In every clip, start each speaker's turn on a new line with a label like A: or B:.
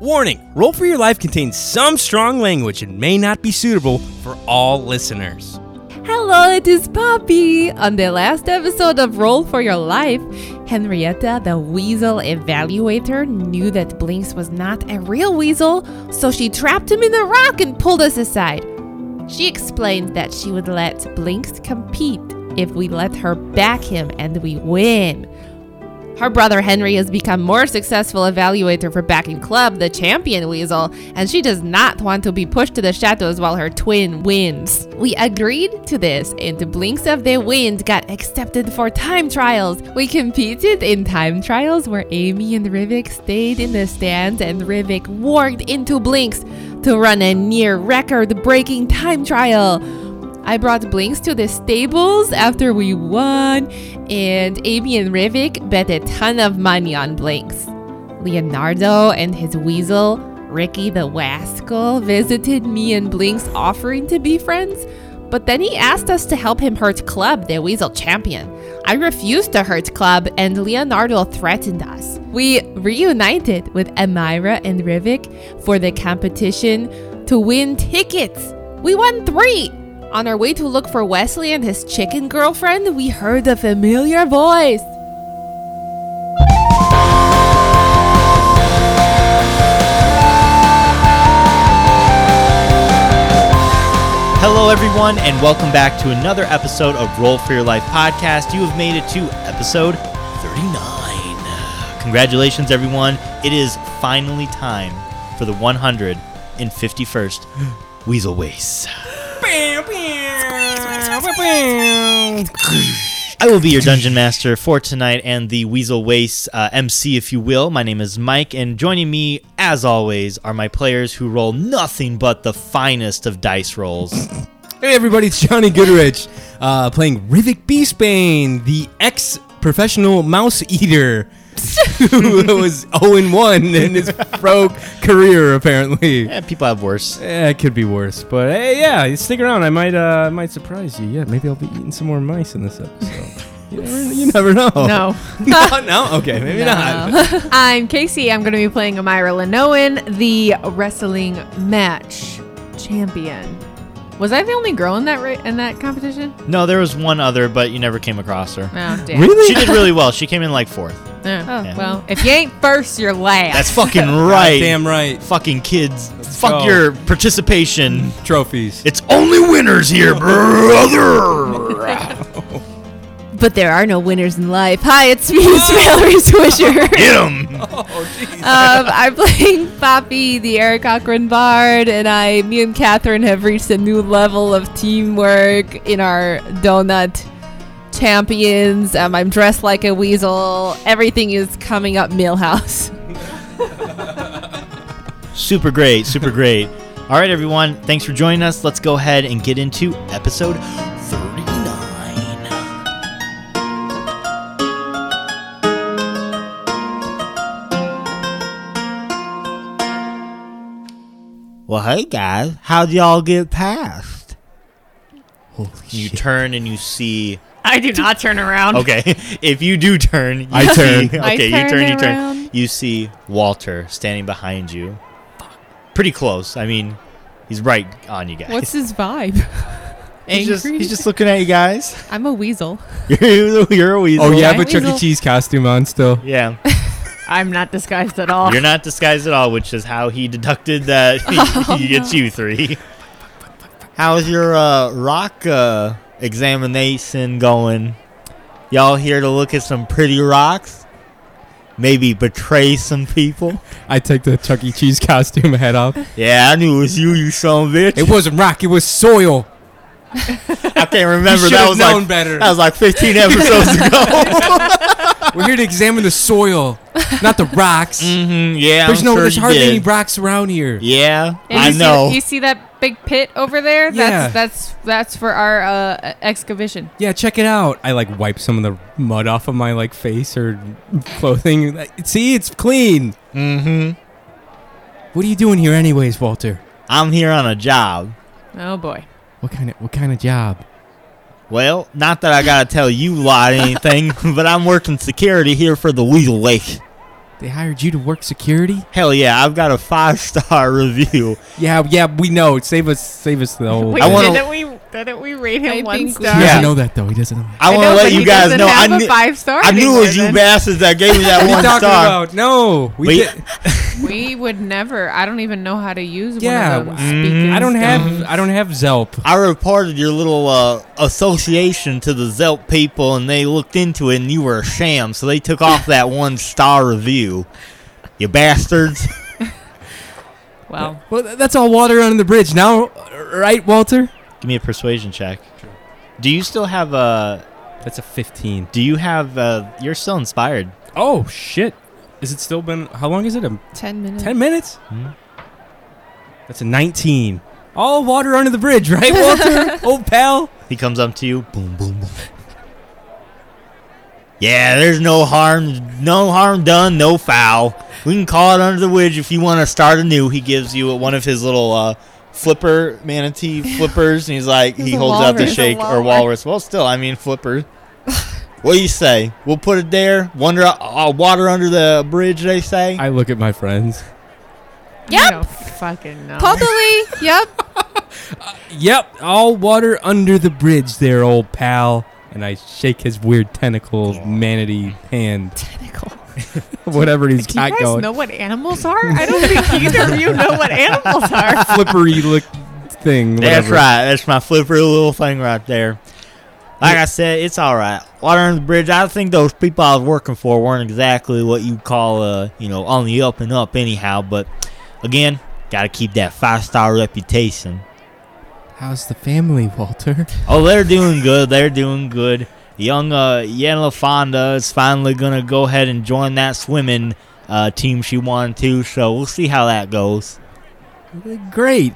A: Warning Roll for Your Life contains some strong language and may not be suitable for all listeners.
B: Hello, it is Poppy! On the last episode of Roll for Your Life, Henrietta the Weasel Evaluator knew that Blinks was not a real weasel, so she trapped him in a rock and pulled us aside. She explained that she would let Blinks compete if we let her back him and we win. Her brother Henry has become more successful evaluator for Backing Club, the champion weasel, and she does not want to be pushed to the shadows while her twin wins. We agreed to this, and Blinks of the Wind got accepted for time trials. We competed in time trials where Amy and Rivik stayed in the stands and Rivik walked into Blinks to run a near record-breaking time trial. I brought Blinks to the stables after we won, and Amy and Rivik bet a ton of money on Blinks. Leonardo and his weasel, Ricky the Wascal, visited me and Blinks offering to be friends, but then he asked us to help him hurt Club, the weasel champion. I refused to hurt Club, and Leonardo threatened us. We reunited with Amira and Rivik for the competition to win tickets. We won three! On our way to look for Wesley and his chicken girlfriend, we heard a familiar voice.
C: Hello, everyone, and welcome back to another episode of Roll for Your Life podcast. You have made it to episode 39. Congratulations, everyone. It is finally time for the 151st Weasel Waste. I will be your dungeon master for tonight and the Weasel Waste uh, MC, if you will. My name is Mike, and joining me, as always, are my players who roll nothing but the finest of dice rolls.
D: Hey everybody, it's Johnny Goodrich uh, playing Rivik Beastbane, the ex professional mouse eater who was 0 1 in his pro career, apparently.
C: yeah, Eh, people have worse.
D: Yeah, Eh, it could be worse, but hey, yeah, stick around. I might, uh, I might surprise you. Yeah, maybe I'll be eating some more mice in this episode. you, never, you never know.
E: No.
D: no, no? Okay, maybe not.
E: I'm Casey. I'm going to be playing Amira Lenoan, the wrestling match champion. Was I the only girl in that ra- in that competition?
C: No, there was one other, but you never came across her.
E: Oh, damn.
C: She
D: Really?
C: did really well. She came in like fourth.
E: Oh, Well, if you ain't first, you're last.
C: That's fucking right.
D: Damn right.
C: Fucking kids. Fuck
D: go.
C: your participation.
D: Trophies.
C: It's only winners here, brother.
B: But there are no winners in life. Hi, it's me, Valerie Swisher.
C: Hit 'em.
B: um, I'm playing Poppy, the Eric Cochran Bard, and I, me and Catherine have reached a new level of teamwork in our donut champions. Um, I'm dressed like a weasel. Everything is coming up Millhouse.
C: Super great. Super great. All right, everyone. Thanks for joining us. Let's go ahead and get into episode 39. Well, hey, guys. How'd y'all get past? You turn and you see
E: I do not turn around.
C: Okay, if you do turn, you
D: I
C: see-
D: turn.
C: Okay,
E: I
C: you
E: turn
C: turn. You turn.
E: around.
C: You see Walter standing behind you. Pretty close. I mean, he's right on you guys.
B: What's his vibe?
C: he's just,
B: angry?
C: he's just looking at you guys.
B: I'm a weasel.
C: you're, you're a weasel.
D: Oh, yeah,
B: Right,
D: but Chuck E.
B: weasel?
D: Cheese costume on still.
C: Yeah,
E: I'm not disguised at all.
C: you're not disguised at all, which is how he deducted that he, he gets you three. How's your uh, rock uh, examination going? Y'all here to look at some pretty rocks? Maybe betray some people?
D: I take the Chuck E. Cheese costume head off.
C: Yeah, I knew it was you, you son of a bitch.
D: It wasn't rock, it was soil.
C: I can't remember.
D: You
C: That
D: should've
C: was
D: known
C: like
D: better.
C: that was like 15 episodes ago.
D: We're here to examine the soil, not the rocks.
C: mm-hmm, yeah,
D: There's
C: I'm
D: no,
C: sure
D: there's
C: you
D: hardly
C: did.
D: any rocks around here.
C: Yeah,
E: And
C: I
E: you see-
C: know.
E: you see that big pit over there?
D: Yeah.
E: That's that's that's for our uh, excavation.
D: Yeah, check it out. I like wipe some of the mud off of my like face or clothing. Like, See, it's clean.
C: mm-hmm.
D: What are you doing here, anyways, Walter?
C: I'm here on a job.
E: Oh boy.
D: What kind of what kind of job?
C: Well, not that I gotta tell you lot anything, but I'm working security here for the Weasel Lake.
D: They hired you to work security?
C: Hell yeah, I've got a five star review.
D: Yeah, yeah, we know. Save us, save us the whole.
E: Wait,
C: I wanna-
E: didn't we didn't we rate him
B: I
E: one
B: think we-
E: star?
D: He
C: Yeah.
D: doesn't know that though. He doesn't know. That.
C: I want
E: know,
C: to
E: but
C: let you
E: he
C: guys
E: doesn't
C: know. I
E: have a
C: knew,
E: five star.
C: I knew it was you
E: anymore, then.
C: bastards that gave me that
D: What are you
C: one
D: talking
C: star.
D: about? No, we.
C: But-
D: did-
E: We would never. I don't even know how to use
D: Yeah,
E: one of
D: I-
E: them. speaking
D: I don't
E: stones.
D: have. I don't have Zelp.
C: I reported your little uh, association to the Zelp people, and they looked into it, and you were a sham. So they took off that one star review. You bastards!
E: Well,
D: Well, th- that's all water under the bridge now, right, Walter?
C: Give me a persuasion check. Do you still have Uh,
A: That's a 15.
C: do you have? Uh, you're still inspired.
A: Oh, shit. Is it still been. How long is it? Um,
D: Mm.
B: Ten minutes.
A: 10 minutes?
C: Hmm.
A: That's a 19.
D: All water under the bridge, right, Walter? Old pal.
C: He comes up to you. Boom, boom, boom. Yeah, there's no harm, no harm done, no foul. We can call it under the bridge if you want to start anew. He gives you one of his little uh, flipper manatee flippers, and he's like,
B: He's
C: he
B: a
C: holds out the
B: walrus.
C: shake
B: He's a
C: or
B: walrus.
C: walrus. Well, still, I mean flipper. what do you say? We'll put it there. Wonder, uh, water under the bridge. They say.
D: I look at my friends.
E: I
B: Yep.
E: don't fucking know.
B: Totally. yep.
D: Yep, all water under the bridge, there, old pal. And I shake his weird tentacle manatee hand,
B: Tentacle.
D: whatever he's
E: Do you
D: got
E: guys
D: going.
E: know what animals are? I don't think either of you know what animals are.
D: Flippery look thing.
C: That's
D: whatever.
C: right. That's my flipper little thing right there. Like I said, it's all right. Water under the bridge. I think those people I was working for weren't exactly what you call, uh, you know, on the up and up. Anyhow, but again, gotta keep that five star reputation.
D: How's the family, Walter?
C: Oh, they're doing good. They're doing good. Young uh, Yana Fonda is finally gonna go ahead and join that swimming uh, team she wanted to. So we'll see how that goes.
D: Great.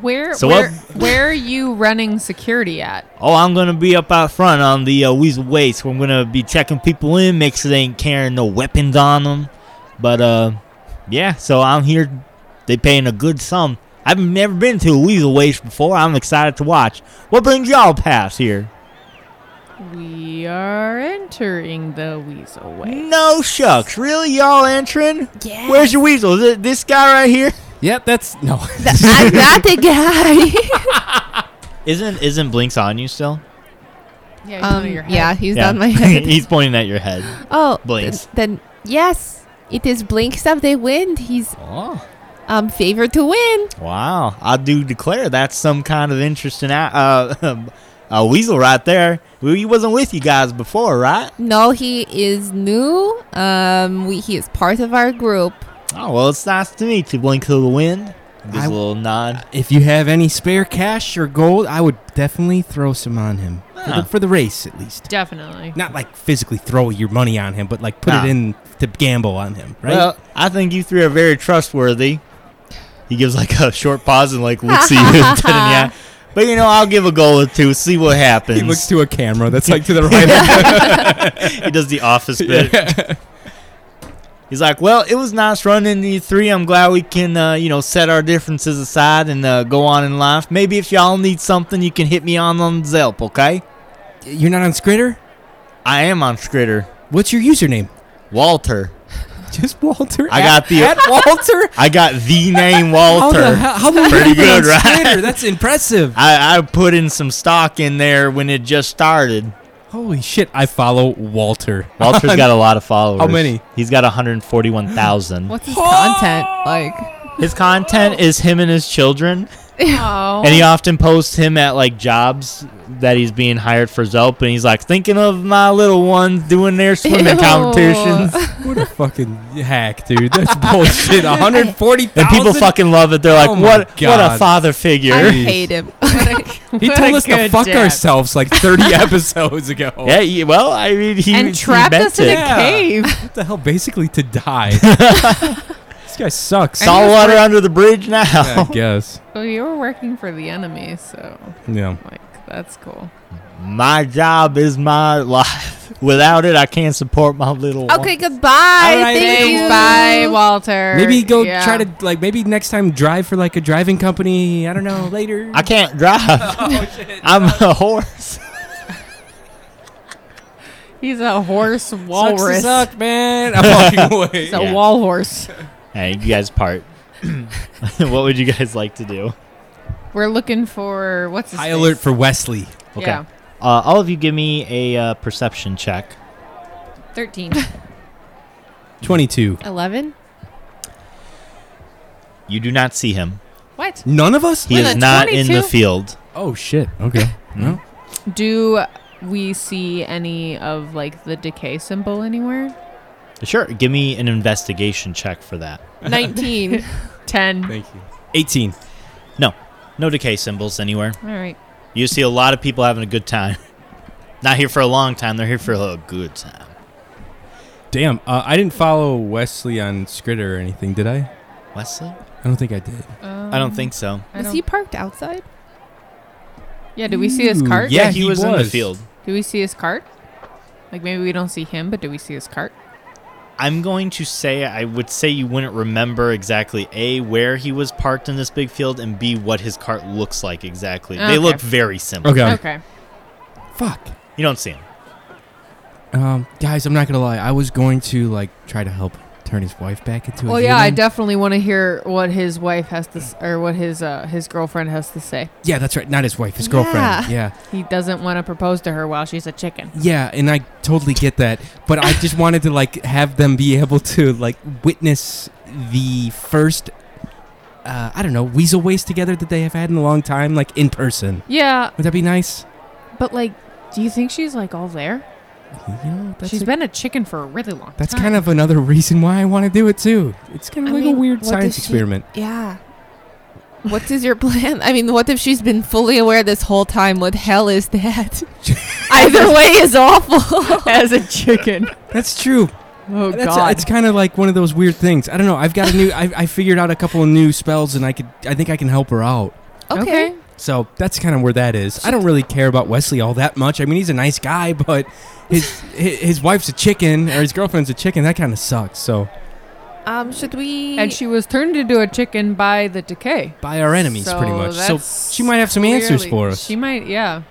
E: Where
C: So
E: where,
C: what-
E: where are you running security at?
C: Oh, I'm gonna be up out front on the uh, Weasel Way, so I'm gonna be checking people in, make sure they ain't carrying no weapons on them. But uh, yeah, so I'm here. They paying a good sum. I've never been to a Weasel Waste before. I'm excited to watch. What brings y'all past here?
E: We are entering the Weasel Way.
C: No shucks, really? Y'all entering?
B: Yeah.
C: Where's your weasel? Is it this guy right here?
D: Yep, that's no.
B: I'm not the guy.
C: Isn't isn't Blinks on you still?
E: Yeah, he's under your
B: um,
E: head.
B: yeah, he's on my head.
C: He's pointing at your head.
B: Oh,
C: Blinks.
B: th- Then yes, it is Blinks of the Wind. He's
C: Oh.
B: um favored to win.
C: Wow, I do declare that's some kind of interesting uh, uh, a weasel right there. Well, He wasn't with you guys before, right?
B: No, he is new. Um, we, he is part of our group.
C: Oh well, it's nice to meet you, Blink of the Wind. Gives
D: I-
C: a little nod.
D: If you have any spare cash or gold, I would definitely throw some on him for,
C: Huh.
D: the, for the race, at least.
E: definitely.
D: Not like physically throw your money on him, but like put
C: Nah.
D: it in to gamble on him, right?
C: Well, I think you three are very trustworthy. He gives like a short pause and like looks at you and then, yeah. But you know, I'll give a go or two, see what happens.
D: he looks to a camera that's like to the right. of
C: he does the office bit. He's like, well, it was nice running the three. I'm glad we can, uh, you know, set our differences aside and uh, go on in life. Maybe if y'all need something, you can hit me on on Zelp, okay?
D: You're not on Skritter?
C: I am on Skritter.
D: What's your username?
C: Walter.
D: Just Walter.
C: I
D: at-
C: got the-
D: at Walter.
C: I got the
D: How
C: name
D: the
C: Walter.
D: hell? How many
C: Pretty
D: people
C: good,
D: on
C: right?
D: Skritter? That's impressive.
C: I, I put in some stock in there when it just started.
D: Holy shit! I follow Walter.
C: Walter's got a lot of followers.
D: How many?
C: He's got 141,000.
E: What's his content like?
C: His content is him and his children.
E: Oh,
C: And he often posts him at like jobs that he's being hired for Zelp, and he's like thinking of my little ones doing their swimming
B: Ew.
C: competitions.
D: What a fucking hack, dude. That's bullshit. One hundred forty
C: And
D: thousand.
C: people fucking love it. They're like,
D: Oh my
C: "What? What a
D: God.
C: father figure!"
B: I
D: Jeez.
B: hate him.
D: He
E: What
D: told
E: a
D: us to
E: good
D: fuck
E: dad.
D: ourselves like thirty episodes ago.
C: yeah. he- Well, I mean, he,
E: and
C: he
E: trapped
C: meant
E: us in
C: it.
E: a cave.
D: What the hell? Basically to die. this guy sucks.
E: And-
C: Salt water under the bridge now.
D: Yeah, I guess.
E: Well, you were working for the enemy, so
D: Yeah.
E: like that's cool.
C: My job is my life. Without it, I can't support my little. one.
B: okay, goodbye.
D: right,
B: Thank
D: thanks,
B: you.
E: Bye, Walter.
D: Maybe go
E: Yeah.
D: try to like maybe next time drive for like a driving company. I don't know later. Oh,
C: I can't drive. I'm a horse.
E: He's a horse
A: Sucks to
E: walrus.
A: suck, man. I'm walking away.
E: He's a
C: Yeah.
E: wall horse.
C: Hey, you guys part. what would you guys like to do?
E: We're looking for what's his
D: High
E: face?
D: alert for Wesley.
C: Okay.
E: Yeah,
C: Uh, all of you give me a uh, perception check.
E: thirteen.
D: 22.
B: 11?
C: You do not see him.
E: what?
D: None of us?
C: He
E: With
C: is
E: a
C: not in the
E: 22?
C: field.
D: Oh, shit. Okay. no.
E: Do we see any of like the decay symbol anywhere?
C: Sure, give me an investigation check for that.
B: 19.
E: Ten.
D: Thank you.
A: 18.
C: No decay symbols anywhere.
E: All right.
C: You see a lot of people having a good time. Not here for a long time, they're here for a good time.
D: Damn. Uh, I didn't follow Wesley on Skritter or anything, did I?
C: Wesley?
D: I don't think I did.
E: Um,
C: I don't think so.
E: I
B: Is
E: don't-
B: he parked outside?
E: Yeah. Do we see his
D: Ooh,
E: cart?
D: yeah.
C: he,
D: he
C: was, in the
D: was.
C: field.
E: Do we see his cart? Like maybe we don't see him, but do we see his cart?
C: I'm going to say I would say you wouldn't remember exactly A where he was parked in this big field and B what his cart looks like exactly.
E: Okay.
C: They look very similar.
D: Okay.
E: Okay.
D: Uh, Fuck.
C: You don't see him.
D: Um, guys, I'm not gonna lie. I was going to like try to help turn his wife back into.
E: Well,
D: a
E: yeah, I
D: human.
E: definitely want to hear what his wife has to, s- or what his uh, his girlfriend has to say.
D: yeah, that's right. Not his wife, his girlfriend. Yeah,
E: He doesn't want to propose to her while she's a chicken.
D: yeah, and I totally get that. But I just wanted to like have them be able to like witness the first. Uh, I don't know, weasel waste together that they have had in a long time, like in person.
E: Yeah,
D: Would that be nice?
E: but like, do you think she's like all there?
D: You know, that's
E: She's
D: a-
E: been a chicken for a really long
D: that's
E: time.
D: kind of another reason why I want to do it too. It's kind of
B: I
D: like
B: mean,
D: a weird
B: what
D: science
B: does she-
D: experiment.
B: Yeah. What is your plan? I mean, what if she's been fully aware this whole time? What hell is that? Either way is awful.
E: as a chicken.
D: That's true.
E: Oh
D: That's
E: god.
D: it's kind of like one of those weird things. I don't know. I've got a new. I, I figured out a couple of new spells, and I could. I think I can help her out.
B: okay.
D: So that's kind of where that is. I don't really care about Wesley all that much. I mean, he's a nice guy, but his his, his wife's a chicken or his girlfriend's a chicken. That kind of sucks. So
B: Um, should we?
E: And she was turned into a chicken by the decay.
D: by our enemies,
E: So
D: pretty much. So
E: that's
D: she might have some answers
E: clearly-
D: for us.
E: She might, yeah.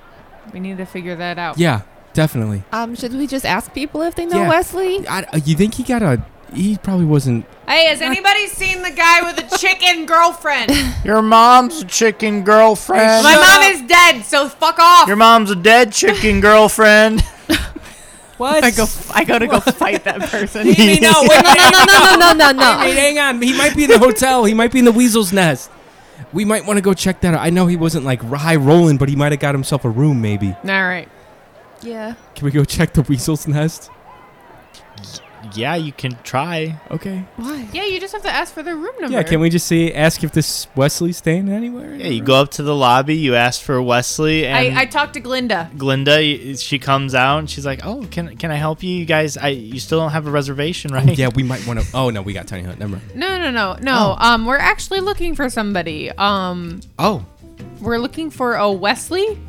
E: We need to figure that out.
D: yeah, definitely.
B: um, should we just ask people if they know
D: Yeah.
B: Wesley?
D: I, uh, you think he got a? He probably wasn't.
E: Hey, has anybody seen the guy with the chicken girlfriend?
C: Your mom's a chicken girlfriend.
E: mom is dead, so fuck off.
C: Your mom's a dead chicken girlfriend.
D: What?
E: I go, I go to go fight that person.
D: no,
B: Wait, no, no, no, no, no, no, no,
D: Wait,
B: no.
D: hang on. He might be in the hotel. He might be in the weasel's nest. We might want to go check that out. I know he wasn't like r- high rolling, but he might have got himself a room. Maybe
E: All right.
B: Yeah.
D: can we go check the weasel's nest?
C: yeah, you can try.
D: Okay.
B: Why?
E: Yeah, you just have to ask for their room number.
D: Yeah. Can we just see? Ask if this Wesley's staying anywhere?
C: Yeah, you go up to the lobby, you ask for Wesley and
E: I, I talked to Glinda.
C: Glinda, y- she comes out and she's like, "Oh, can can I help you? You guys, I you still don't have a reservation,
D: Oh,
C: right?"
D: yeah, we might want to. Oh no, we got tiny hut. Never mind.
E: No, no, no, no.
D: Oh.
E: Um, we're actually looking for somebody. Um,
C: Oh.
E: we're looking for a Wesley.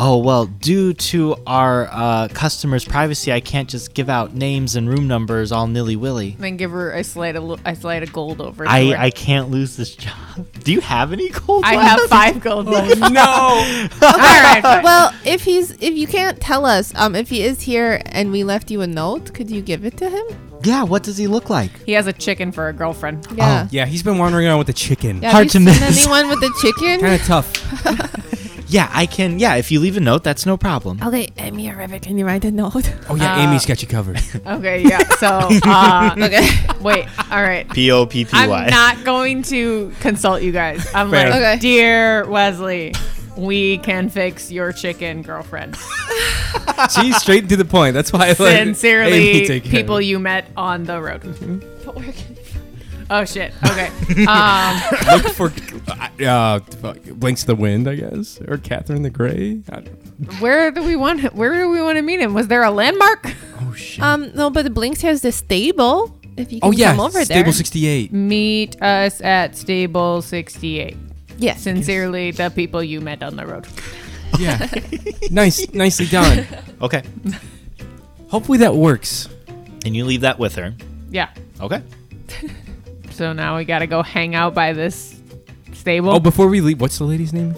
C: Oh well, due to our uh, customers' privacy, I can't just give out names and room numbers all nilly willy.
E: And then give her a slide of lo- a slide of gold over. to
C: I
E: her.
C: I can't lose this job. Do you have any gold?
E: I
C: left?
E: have five gold.
D: Oh.
E: left.
D: no.
E: All right.
B: Well, if he's if you can't tell us, um, if he is here and we left you a note, could you give it to
E: Oh,
B: him?
C: Yeah. What does he look like?
E: He has a chicken for a girlfriend.
B: Yeah.
D: Oh, yeah, he's been wandering around with a chicken.
B: Yeah,
C: Hard
B: have you
C: to
B: seen
C: miss.
B: Anyone with a chicken?
D: Kind of tough.
C: Yeah, I can. Yeah, if you leave a note, that's no problem.
B: okay, Amy or Rivet, can you write a note?
D: Oh yeah,
E: Uh,
D: Amy's got you covered.
E: Okay. Yeah. So. Uh, okay. Wait. All right.
C: P O P P
E: I'm not going to consult you guys. I'm
D: Fair.
E: like,
B: Okay.
E: dear Wesley, we can fix your chicken girlfriend.
D: She's straight to the point. That's why I like Amy,
E: Sincerely,
D: take care of
E: people
D: it. Mm-hmm.
E: you met on the road. Oh shit. Okay. Um,
D: look for uh, fuck, Blinks the Wind, I guess, or Catherine the Gray. I don't-
E: where do we want? Where do we want to meet him? Was there a landmark?
D: Oh shit!
B: Um, no, but Blinks has the stable. If you can
D: oh yeah,
B: come over
D: Stable
B: there.
D: sixty-eight.
E: Meet us at stable 68.
B: yes.
E: Sincerely, the people you met on the road.
D: Yeah, nice, nicely done.
C: Okay.
D: Hopefully that works.
C: And you leave that with her.
E: Yeah.
C: Okay.
E: So now we got to go hang out by this stable.
D: Oh, before we leave, what's the lady's name?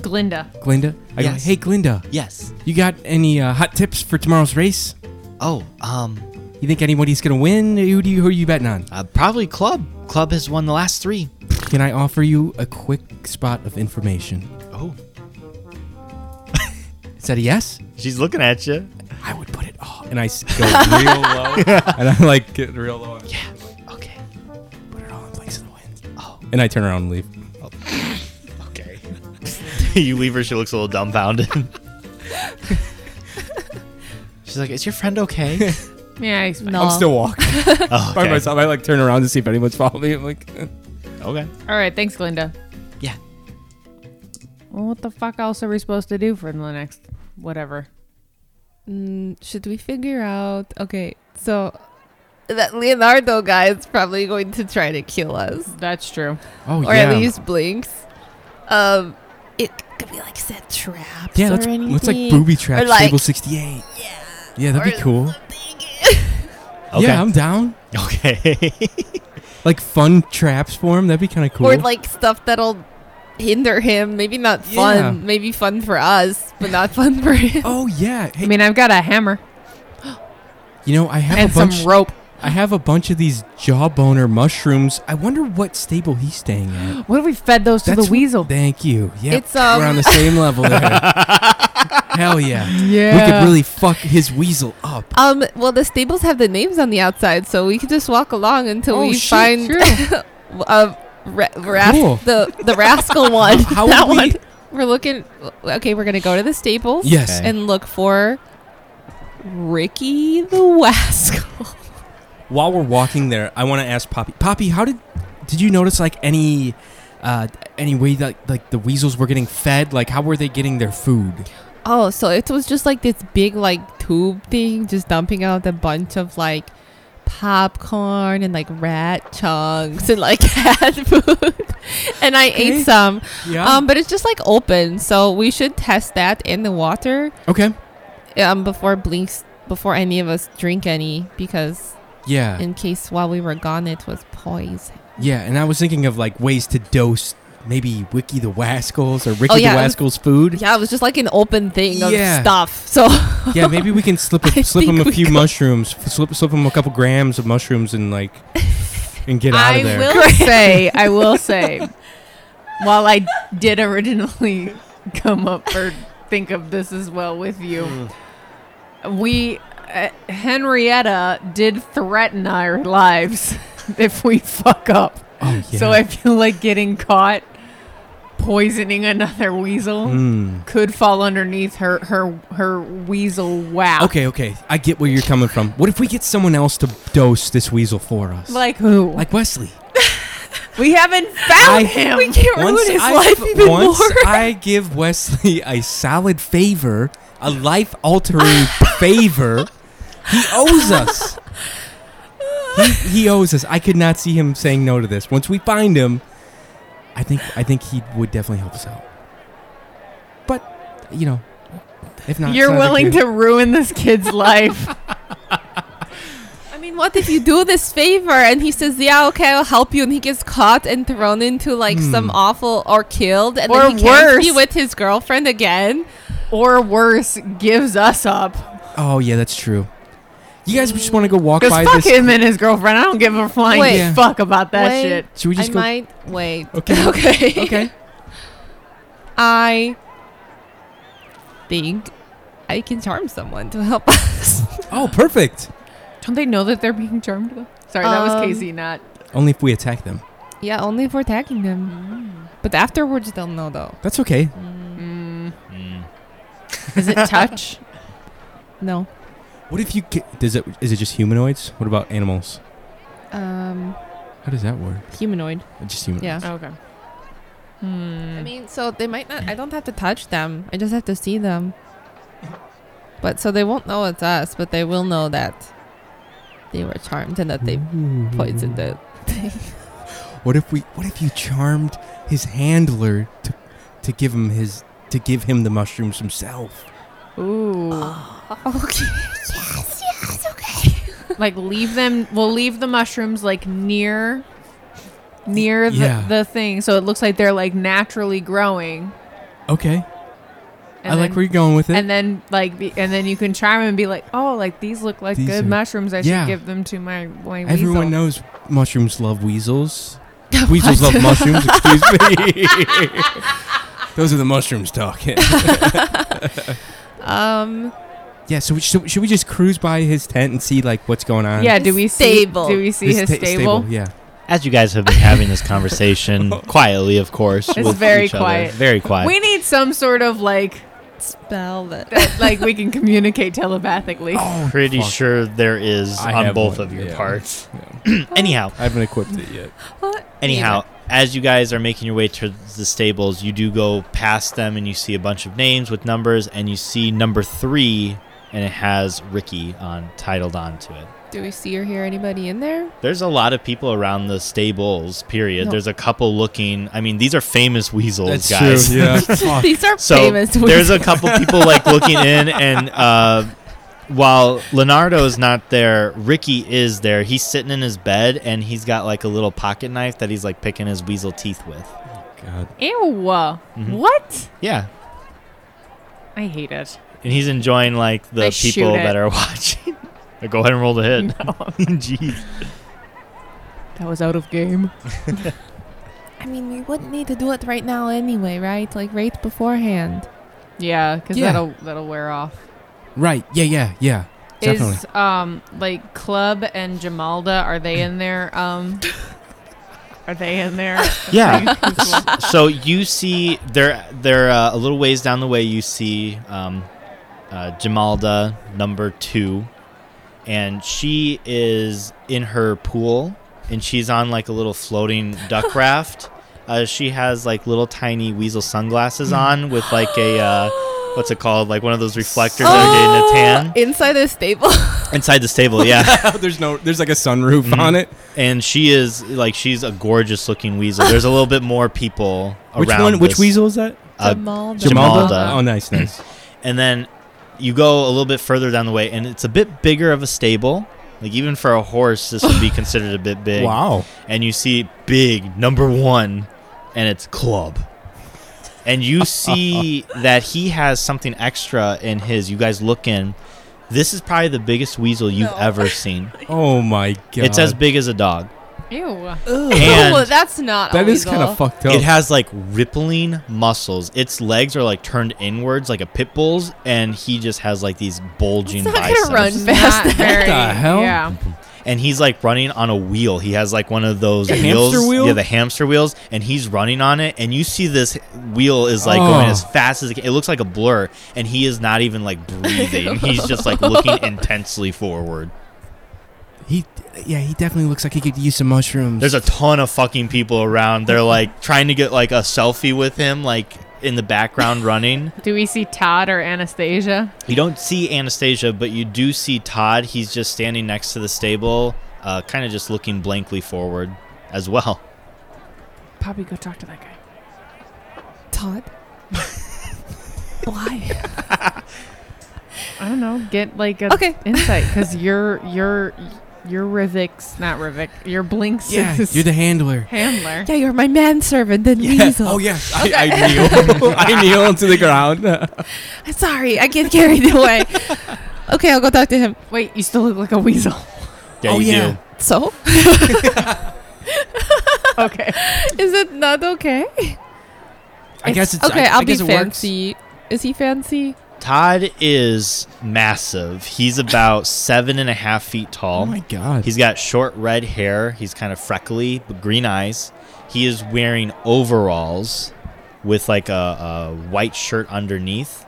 E: Glinda.
D: Glinda? I go,
C: Yes.
D: hey, Glinda,
C: Yes.
D: you got any uh, hot tips for tomorrow's race?
C: Oh, um,
D: You think anybody's going to win? Who, do you, who are you betting on?
C: uh, probably Club. Club has won the last three.
D: Can I offer you a quick spot of information?
C: Oh.
D: Is that a yes?
C: She's looking at you.
D: I would put it all. And I s- go real low. And I like get real low. and
C: Okay.
D: Put it all in place of the wind. Oh. And I turn around and leave.
C: Okay. you leave her. She looks a little dumbfounded. She's like, "Is your friend okay?"
E: Yeah, I,
B: No.
D: I'm still walking
C: oh,
D: by myself. I like turn around to see if anyone's following me. I'm like,
C: Okay.
E: All right, thanks, Glinda.
C: Yeah.
E: Well, what the fuck else are we supposed to do for the next whatever?
B: Mm, should we figure out? Okay, so that Leonardo guy is probably going to try to kill us,
E: That's true.
D: oh,
B: or
D: yeah.
B: at least blinks. Um, it could be like set traps.
D: yeah,
B: or
D: let's,
B: anything.
D: let's like booby trap
B: like-
D: Table 68. Yeah. Yeah, that'd be
B: Or
D: cool.
B: something.
C: Okay.
D: Yeah, I'm down.
C: okay.
D: Like fun traps for him. That'd be kind of cool.
B: or like stuff that'll hinder him. Maybe not fun.
D: Yeah.
B: Maybe fun for us, but not fun for him.
D: oh, yeah. Hey,
E: I mean, I've got a hammer
D: you know, I have
E: and
D: a
E: some
D: bunch.
E: rope.
D: I have a bunch of these jawboner mushrooms. I wonder what stable he's staying at.
E: What if we fed those to the
D: what-
E: weasel?
D: Thank you. Yeah,
B: Oh. It's, um,
D: we're on the same level there. Hell yeah. We
E: yeah.
D: could really fuck his weasel up.
B: Um, well, the stables have the names on the outside, so we could just walk along until
D: Oh,
B: we
D: shit,
B: find
E: true.
B: uh, ra- ras-
D: Cool.
B: the the rascal one.
D: How
B: that
D: would we-
B: one. We're looking. Okay, we're gonna go to the stables
D: Yes.
C: Okay.
B: and look for Ricky the Wascal.
D: While we're walking there, I want to ask Poppy. Poppy, how did did you notice like any uh any way that like the weasels were getting fed? Like how were they getting their food?
B: Oh, so it was just like this big like tube thing, just dumping out a bunch of like popcorn and like rat chunks and like cat food, and I
D: Okay.
B: ate some.
D: Yeah.
B: Um, but it's just like open, so we should test that in the water
D: okay.
B: um before blinks before any of us drink any because
D: Yeah.
B: in case while we were gone it was poison.
D: yeah, and I was thinking of like ways to dose maybe Wiki the Wascals or Ricky
B: Oh, yeah,
D: the
B: I was-
D: Wascals food.
B: Yeah, it was just like an open thing of
D: Yeah.
B: stuff. So
D: Yeah, maybe we can slip
B: I
D: a, slip him
B: think
D: a
B: we
D: few
B: could.
D: mushrooms, f- slip slip him a couple grams of mushrooms, and like, and get out
E: I
D: of there.
E: will say, I will say, while I did originally come up or think of this as well with you, we uh, Henrietta did threaten our lives if we fuck up.
D: Oh yeah.
E: So I feel like getting caught poisoning another weasel
D: Mm.
E: could fall underneath her her her weasel wow.
D: Okay, okay. I get where you're coming from. What if we get someone else to dose this weasel for us?
E: Like who?
D: Like Wesley.
E: we haven't found
D: I-
E: him.
B: we can't ruin his life even
D: once
B: more.
D: I give Wesley a solid favor, a life altering favor, he owes us. He, he owes us. I could not see him saying no to this. Once we find him, I think I think he would definitely help us out. But you know, if not, it's
E: You're
D: not a big
E: willing
D: deal.
E: to ruin this kid's life.
B: I mean, what if you do this favor and he says, "Yeah, okay, I'll help you," and he gets caught and thrown into like
D: Hmm.
B: some awful or killed, and
E: Or
B: then he can't be
E: worse.
B: with his girlfriend again.
E: or worse, gives us up.
D: Oh yeah, that's true. You guys just want to go walk
E: Because
D: by
E: fuck
D: this?
E: him and his girlfriend. I don't give a flying
B: Wait. Yeah.
E: fuck about that
B: Wait.
E: shit.
D: Should we just
B: I
D: go?
B: might wait.
D: Okay.
B: Okay.
D: Okay.
B: I think I can charm someone to help us.
D: Oh, perfect.
E: Don't they know that they're being charmed? though? Sorry, that was
B: Um,
E: Casey, not.
D: Only if we attack them.
B: yeah, only for attacking them. But afterwards, they'll know though.
D: That's okay.
E: Mm.
C: Mm.
E: Is it touch?
B: No.
D: What if you ca- does it? Is it just humanoids? What about animals?
B: Um,
D: How does that work?
B: humanoid.
D: Just humanoids.
B: Yeah.
E: okay. Hmm.
B: I mean, so they might not. I don't have to touch them. I just have to see them. But so they won't know it's us, but they will know that they were charmed and that they poisoned it.
D: What if we? What if you charmed his handler to to give him his to give him the mushrooms himself?
E: Ooh.
B: Oh. Okay.
E: like leave them we'll leave the mushrooms like near near the,
D: Yeah.
E: the thing so it looks like they're like naturally growing
D: Okay. I
E: And
D: like
E: then-
D: where you're going with it.
E: And then like, be, and then you can try 'em and be like, oh, like these look like
D: These
E: good
D: are-
E: mushrooms. I
D: yeah.
E: should give them to my my
D: Everyone
E: weasel.
D: knows mushrooms love weasels. Weasels love mushrooms. Excuse me. Those are the mushrooms talking.
B: Um,
D: yeah. So we, should, should we just cruise by his tent and see like what's going on?
E: Yeah. Do we
B: Stable.
E: see? Do we see
D: His
E: his
D: sta-
E: stable?
D: Yeah.
C: As you guys have been having this conversation quietly, of course. It's
E: very quiet.
C: Very quiet.
E: We need some sort of like,
B: spell that.
E: that, like we can communicate telepathically.
D: Oh,
C: Pretty
D: fuck.
C: sure there is
D: I
C: on
D: have
C: both
D: one,
C: of your
D: yeah.
C: parts.
D: Yeah.
C: Anyhow,
D: I haven't equipped it yet.
C: anyhow, as you guys are making your way to the stables, you do go past them and you see a bunch of names with numbers, and you see number three, and it has Ricky on titled onto it.
B: Do we see or hear anybody in there?
C: There's a lot of people around the stables. Period.
B: No.
C: There's a couple looking. I mean, these are famous weasels,
D: That's
C: guys.
D: true. Yeah. Fuck.
B: These are
C: So
B: famous.
C: there's a couple people like looking in, and uh, while Leonardo is not there, Ricky is there. He's sitting in his bed, and he's got like a little pocket knife that he's like picking his weasel teeth with.
D: God.
E: Ew.
C: Mm-hmm.
E: What?
C: Yeah,
E: I hate it.
C: and he's enjoying like the
E: I shoot
C: people
E: it.
C: that are watching. Go ahead and roll the hit. Jeez.
E: That was out of game.
B: I mean, we wouldn't need to do it right now anyway, right? Like right beforehand.
E: Yeah, because
D: Yeah.
E: that'll that'll wear off.
D: Right. Yeah. Yeah. Yeah. Definitely.
E: Is um like Club and Jamalda? Are they in there? Um, are they in there?
C: Yeah. so you see, they're they're uh, a little ways down the way. You see um, uh, Jamalda number two, and she is in her pool, and she's on like a little floating duck raft. Uh, she has like little tiny weasel sunglasses on with like a uh, what's it called? Like one of those reflectors that are getting a tan
B: Inside the stable.
C: inside the stable. Yeah.
D: there's no. There's like a sunroof
C: Mhm.
D: on it.
C: and she is like she's a gorgeous looking weasel. There's a little bit more people
D: Which
C: around.
D: one? Which
C: this.
D: weasel is that?
C: Uh,
B: Jamalda.
C: Jamalda.
D: Oh, nice, nice.
C: And then you go a little bit further down the way, and it's a bit bigger of a stable. Like even for a horse, this would be considered a bit big.
D: wow.
C: And you see big number one, and it's club. And you see that he has something extra in his. You guys look in. This is probably the biggest weasel you've
B: No.
C: ever seen.
D: Oh my god.
C: It's as big as a dog.
E: Ew.
C: And-
B: oh, that's not.
D: That
B: a
D: is kind
B: weasel.
D: of fucked up.
C: It has like rippling muscles. Its legs are like turned inwards like a pit bull's, and he just has like these bulging
B: It's not gonna
C: biceps.
B: run. Fast
E: Not very-
D: the hell?
E: Yeah.
C: And he's like running on a wheel. He has like one of those
D: The
C: wheels.
D: hamster wheel?
C: Yeah, the hamster wheels, and he's running on it. And you see this wheel is like
D: Oh.
C: going as fast as it can. It looks like a blur, and he is not even like breathing. he's just like looking intensely forward.
D: He, yeah, he definitely looks like he could use some mushrooms.
C: There's a ton of fucking people around. They're like trying to get like a selfie with him, like in the background running.
E: Do we see Todd or Anastasia?
C: You don't see Anastasia, but you do see Todd. He's just standing next to the stable, uh, kind of just looking blankly forward as well.
E: Poppy, go talk to that guy.
B: Todd. Why?
E: I don't know. Get like a
B: Okay.
E: insight because you're you're you're Rivik's not Rivik. You're Blink's
D: yeah, you're the handler.
E: handler.
B: Yeah, you're my manservant and weasel.
D: Oh yes, I, I kneel. I kneel to the ground.
B: I'm Sorry, I get carried away. okay, I'll go talk to him.
E: Wait, you still look like a weasel.
C: Yeah,
D: Oh,
C: you
D: yeah.
C: do.
B: So,
E: okay.
B: is it not okay?
D: I guess it's
B: okay.
D: I, I
B: will be
D: guess it works.
B: fancy. Is he fancy?
C: Todd is massive. He's about seven and a half feet tall.
D: Oh my god.
C: He's got short red hair. He's kind of freckly, but green eyes. He is wearing overalls with like a, a white shirt underneath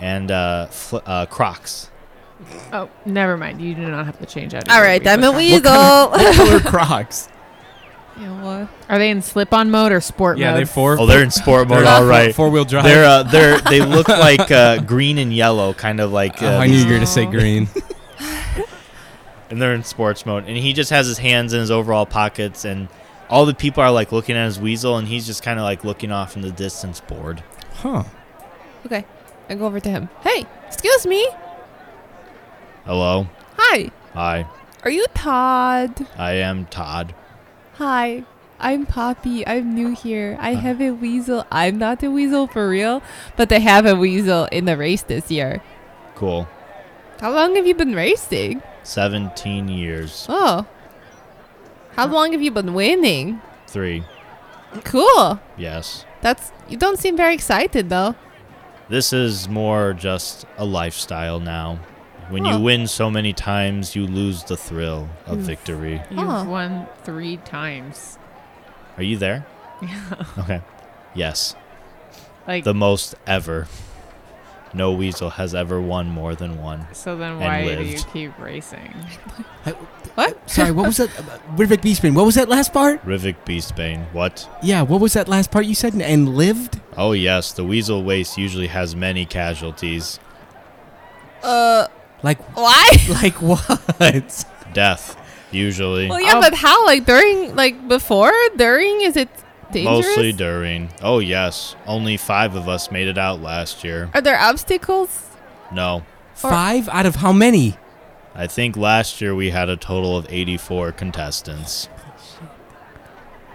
C: and uh, fl- uh, Crocs.
E: Oh, never mind. You do not have to change out.
B: All right, I'm a
D: What
B: weasel.
D: color- what color Crocs?
B: Yeah, what?
E: Are they in slip-on mode or sport
D: Yeah,
E: mode?
D: they're four.
C: Oh, they're in sport mode, all right.
D: Four wheel drive.
C: They're uh, they're they look like uh, green and yellow, kind of like,
D: Oh,
C: uh,
D: I knew you were gonna say green.
C: and they're in sports mode. And he just has his hands in his overall pockets, and all the people are like looking at his weasel, and he's just kind of like looking off in the distance, bored.
D: huh?
B: Okay, I go over to him. Hey, excuse me.
C: Hello,
B: Hi,
C: hi,
B: are you Todd?
C: I am Todd.
B: Hi. I'm Poppy. I'm new here. I
D: Uh-huh.
B: have a weasel. I'm not a weasel for real, but they have a weasel in the race this year.
C: Cool.
B: How long have you been racing?
C: 17 years.
B: Oh. How long have you been winning?
C: Three.
B: Cool.
C: Yes.
B: That's you don't seem very excited though.
C: This is more just a lifestyle now. When
B: Huh.
C: you win so many times, you lose the thrill of victory.
E: You've
B: Huh.
E: won three times.
C: Are you there? Okay. Yes.
E: Like
C: The most ever. No weasel has ever won more than one.
E: so then
C: and
E: why do you
C: lived.
E: keep racing?
D: Sorry, what was that? Uh, Rivik Beastman, what was that last part?
C: Rivik Beastbane. What?
D: Yeah, what was that last part you said? And lived?
C: Oh, yes. The weasel waste usually has many casualties.
B: Uh
D: Like,
B: why?
D: like what?
C: Death, usually.
B: well yeah,
E: Oh.
B: but how? Like during like before? During is it dangerous?
C: Mostly during. Oh, yes. Only five of us made it out last year.
B: Are there obstacles?
C: No.
D: Five out of how many?
C: I think last year we had a total of 84 contestants.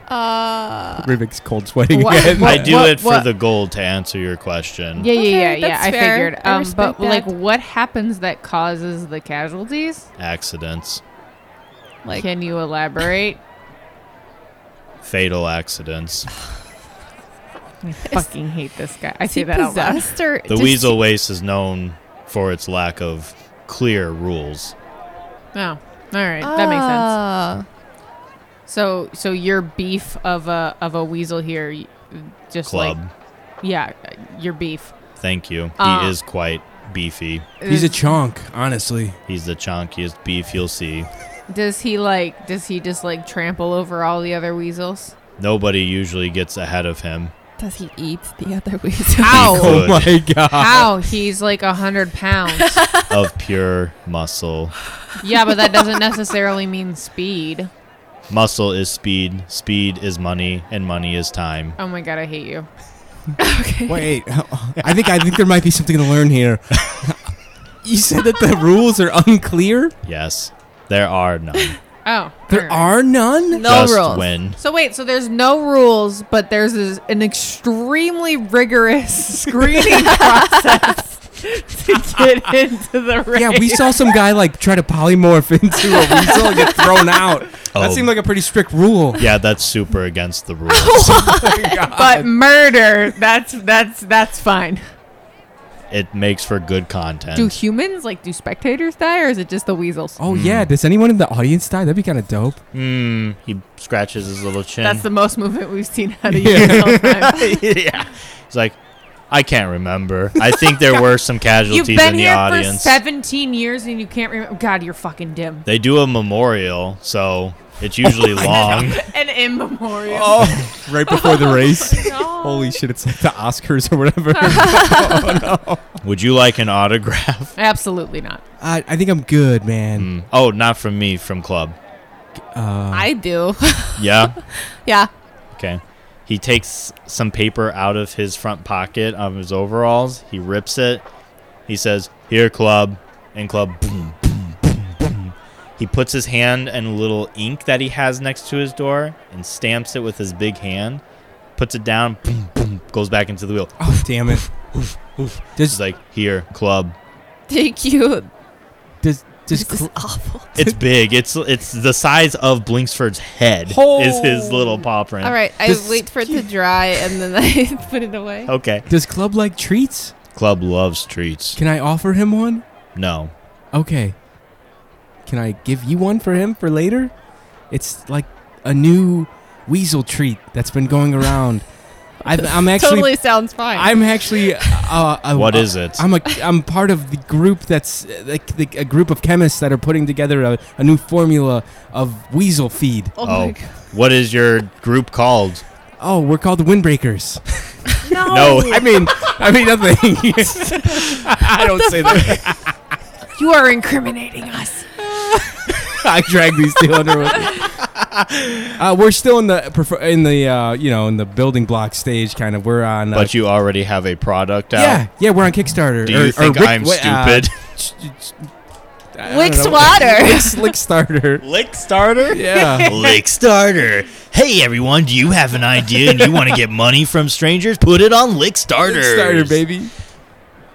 B: Uh
D: Rivik's cold sweating
E: Wha-
D: again.
E: wha-
C: I do
E: what-
C: it for
E: what-
C: the gold to answer your question.
E: Yeah, yeah, yeah,
B: Okay,
E: yeah.
B: that's
E: I
B: fair.
E: figured.
B: I
E: Um, but
B: respect
E: like,
B: that.
E: what happens that causes the casualties?
C: Accidents,
B: like
E: Can you elaborate?
C: fatal accidents.
E: I fucking hate this guy. I
B: is he
E: say that out loud.
B: possessed or
C: The
B: does
C: weasel waste is known for its lack of clear rules.
E: Oh, all right, that makes sense.
B: Ah.
E: So, so your beef of a of a weasel here, y- just
C: Club.
E: like yeah, your beef.
C: Thank you. He
E: Ah.
C: is quite beefy.
D: He's a
E: Does-
D: chonk, honestly.
C: He's the chonkiest beef you'll see.
E: Does he like? Does he just like trample over all the other weasels?
C: Nobody usually gets ahead of him.
B: Does he eat the other weasel?
E: Ah. Ow!
D: Oh my god.
E: How? He's like a hundred pounds.
C: of pure muscle.
E: yeah, but that doesn't necessarily mean speed.
C: Muscle is speed, speed is money, and money is time.
E: Oh my god, I hate you.
D: Wait, uh, I think I think there might be something to learn here. You said that the rules are unclear.
C: Yes, there are none.
E: Oh,
D: There
E: alright.
D: are none.
B: No
C: Just
B: rules.
C: win.
E: So wait, so there's no rules, but there's this, an extremely rigorous screening process to get into the race.
D: Yeah, we saw some guy like try to polymorph into a weasel and get thrown out.
C: Oh.
D: That seemed like a pretty strict rule.
C: Yeah, that's super against the rules.
D: uh,
E: but murder, that's that's that's fine.
C: it makes for good content.
E: Do humans like do spectators die, or is it just the weasels?
D: Oh yeah, does anyone in the audience die? That'd be kind of dope.
C: Mm, he scratches his little chin.
E: That's the most movement we've seen out of
D: Yeah.
E: you. all time.
C: yeah. He's like, I can't remember. I think there were some
E: You've
C: casualties in
E: been
C: the
E: here for
C: audience.
E: 17 years and you can't remember. God, you're fucking dim.
C: they do a memorial, so it's usually long.
E: An in memoriam.
D: Oh, right before the race.
E: God.
D: Holy shit! It's like the Oscars or whatever.
C: Would you like an autograph?
E: Absolutely not.
D: I, I think I'm good, man.
C: Mm. Oh, not from me, from club.
D: Uh,
B: I do.
C: Yeah.
B: yeah.
C: Okay. He takes some paper out of his front pocket of his overalls. He rips it. He says, "Here, club," and club. Boom, boom, boom, boom. He puts his hand and a little ink that he has next to his door and stamps it with his big hand. Puts it down. Boom, boom, goes back into the wheel.
D: oh damn it.
C: He's
D: Does
C: like, "Here, club."
B: Thank you.
D: does does
B: This
D: cl-
B: is awful.
C: It's big. It's it's the size of Blinksford's head. Is his little paw print.
B: All right, I
D: This-
B: wait for it to dry and then I put it away.
C: Okay.
D: does club like treats?
C: Club loves treats.
D: Can I offer him one?
C: No.
D: Okay. Can I give you one for him for later? It's like a new weasel treat that's been going around. I, I'm actually,
B: totally sounds fine.
D: I'm actually. Uh, uh,
C: What is it?
D: I'm a. I'm part of the group that's uh, like the, a group of chemists that are putting together a, a new formula of weasel feed.
B: oh,
C: Oh,
B: my god.
C: what is your group called?
D: Oh, we're called the Windbreakers.
C: No.
D: I mean, I mean nothing. Oh. I don't say that.
E: You are incriminating us.
D: I drag these two under with me. Uh, we're still in the prefer- in the uh, you know in the building block stage kind of. We're on. Uh,
C: But you already have a product out.
D: yeah, yeah, we're on Kickstarter.
C: Do you
D: or- or
C: think
D: Rick-
C: I'm
D: wait, uh,
C: stupid?
D: ch- ch-
B: Wix water.
D: Slick starter.
C: Lick starter?
D: Yeah.
C: Lick starter. Hey everyone, do you have an idea and you want to get money from strangers? Put it on Lick Starter.
D: starter, baby.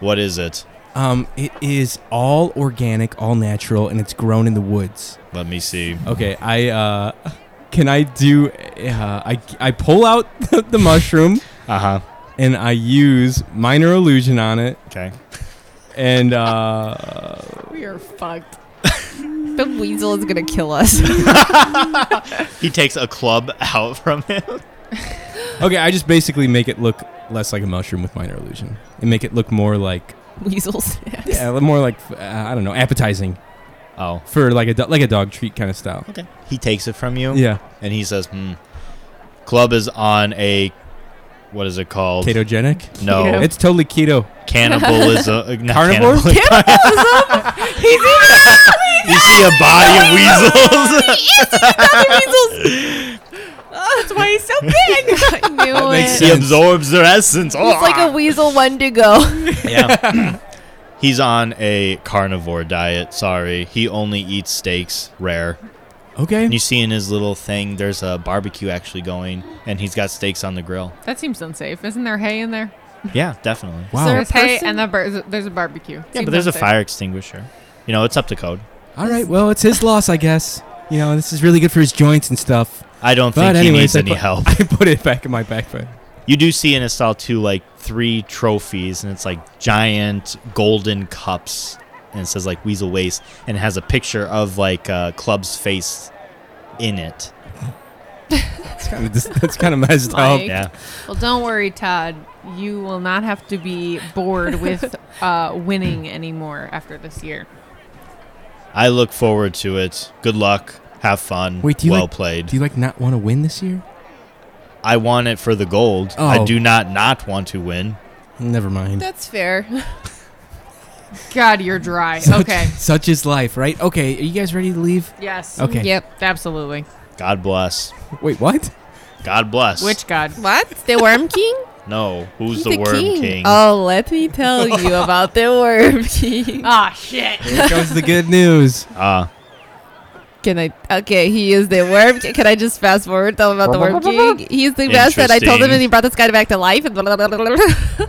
C: What is it?
D: Um, it is all organic, all natural, and it's grown in the woods.
C: Let me see.
D: Okay, I uh, can I do? Uh, I I pull out the, the mushroom
C: Uh
D: Uh-huh.
C: huh.
D: and I use minor illusion on it,
C: Okay.
D: and uh,
E: We are fucked.
B: the weasel is gonna kill us.
C: He takes a club out from him.
D: okay, I just basically make it look less like a mushroom with minor illusion, and make it look more like
B: Weasels.
D: yeah, more like uh, I don't know, appetizing
C: Oh.
D: for like a do- like a dog treat kind of style.
C: Okay. He takes it from you
D: Yeah,
C: and he says, hmm. Club is on a. What is it called?
D: ketogenic.
C: No.
E: Keto.
D: It's totally keto.
C: Cannibalism. uh, not
D: Carnivore?
C: cannibalism? you see a body of weasels.
B: That's why he's so big. I knew it.
D: makes
C: he
D: sense.
C: absorbs their essence.
B: He's like a weasel one to go.
C: Yeah. He's on a carnivore diet, sorry. He only eats steaks, rare. And
D: Okay.
C: you see in his little thing, there's a barbecue actually going, and he's got steaks on the grill.
E: That seems unsafe. Isn't there hay in there?
C: Yeah, definitely.
D: Wow.
B: Sir-
E: There's hay
B: person?
E: and the bar- there's a barbecue.
C: Yeah,
E: Seems
C: but there's a
E: unsafe.
C: fire extinguisher. You know, it's up to code.
D: All right. Well, it's his loss, I guess. You know, this is really good for his joints and stuff.
C: I don't
D: But
C: think he
D: anyways,
C: needs
D: I
C: any
D: put-
C: help.
D: I put it back in my backpack.
C: You do see in his stall, too, like three trophies, and it's like giant golden cups, and it says like Weasel Waste, and it has a picture of like uh, Club's face in it.
D: It's kind of just, that's kind of messed up.
E: Like-
C: Yeah.
E: Well, don't worry, Todd. You will not have to be bored with uh, winning anymore after this year.
C: I look forward to it. Good luck. Have fun.
D: Wait, do you
C: well
D: like-
C: played.
D: Do you like not want to win this year?
C: I want it for the gold. I
D: Oh.
C: do not not want to win.
D: Never mind.
B: That's fair.
E: God,
C: Mm.
E: you're dry.
D: Such-
E: Okay.
D: Such is life, right? Okay. Are you guys ready to leave?
E: Yes.
D: Okay.
B: Yep.
E: Absolutely.
C: God bless.
D: Wait, what?
C: God bless.
E: Which God?
B: What? The Worm King?
C: No.
B: He's
C: Who's the, worm king?
B: Oh, let me tell you about the Worm King.
E: Ah, shit.
D: Here comes the good news.
C: Ah,
B: Can I? Okay, he is the worm. King. Can I just fast forward though about the worm king? He's the best, and I told him,
C: Interesting.
B: and he brought this guy back to life. And blah, blah, blah, blah, blah.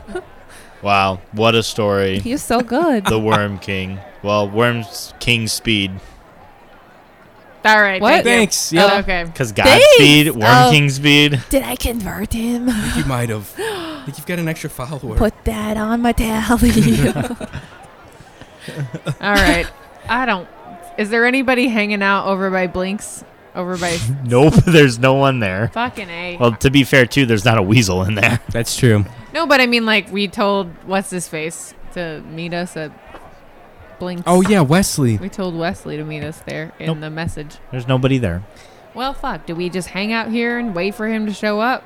C: wow. What a story.
B: he's so good.
C: the worm king. Well, worm's king speed.
E: All right.
B: What?
E: Thank
D: Thanks.
E: you.
D: Yeah.
E: Oh, okay.
C: Because God speed, worm
B: Oh.
C: king speed.
B: Did I convert him?
D: I think you might have. I think you've got an extra follower.
B: Put that on my tally.
E: All right. I don't. Is there anybody hanging out over by Blinks? Over by
C: Nope. There's no one there.
E: fucking A.
C: Well, to be fair, too, there's not a weasel in there.
D: That's true.
E: no, but I mean, like, we told what's his face to meet us at Blinks.
D: Oh yeah, Wesley.
E: We told Wesley to meet us there in
C: Nope.
E: the message.
C: There's nobody there.
E: Well, fuck. Do we just hang out here and wait for him to show up?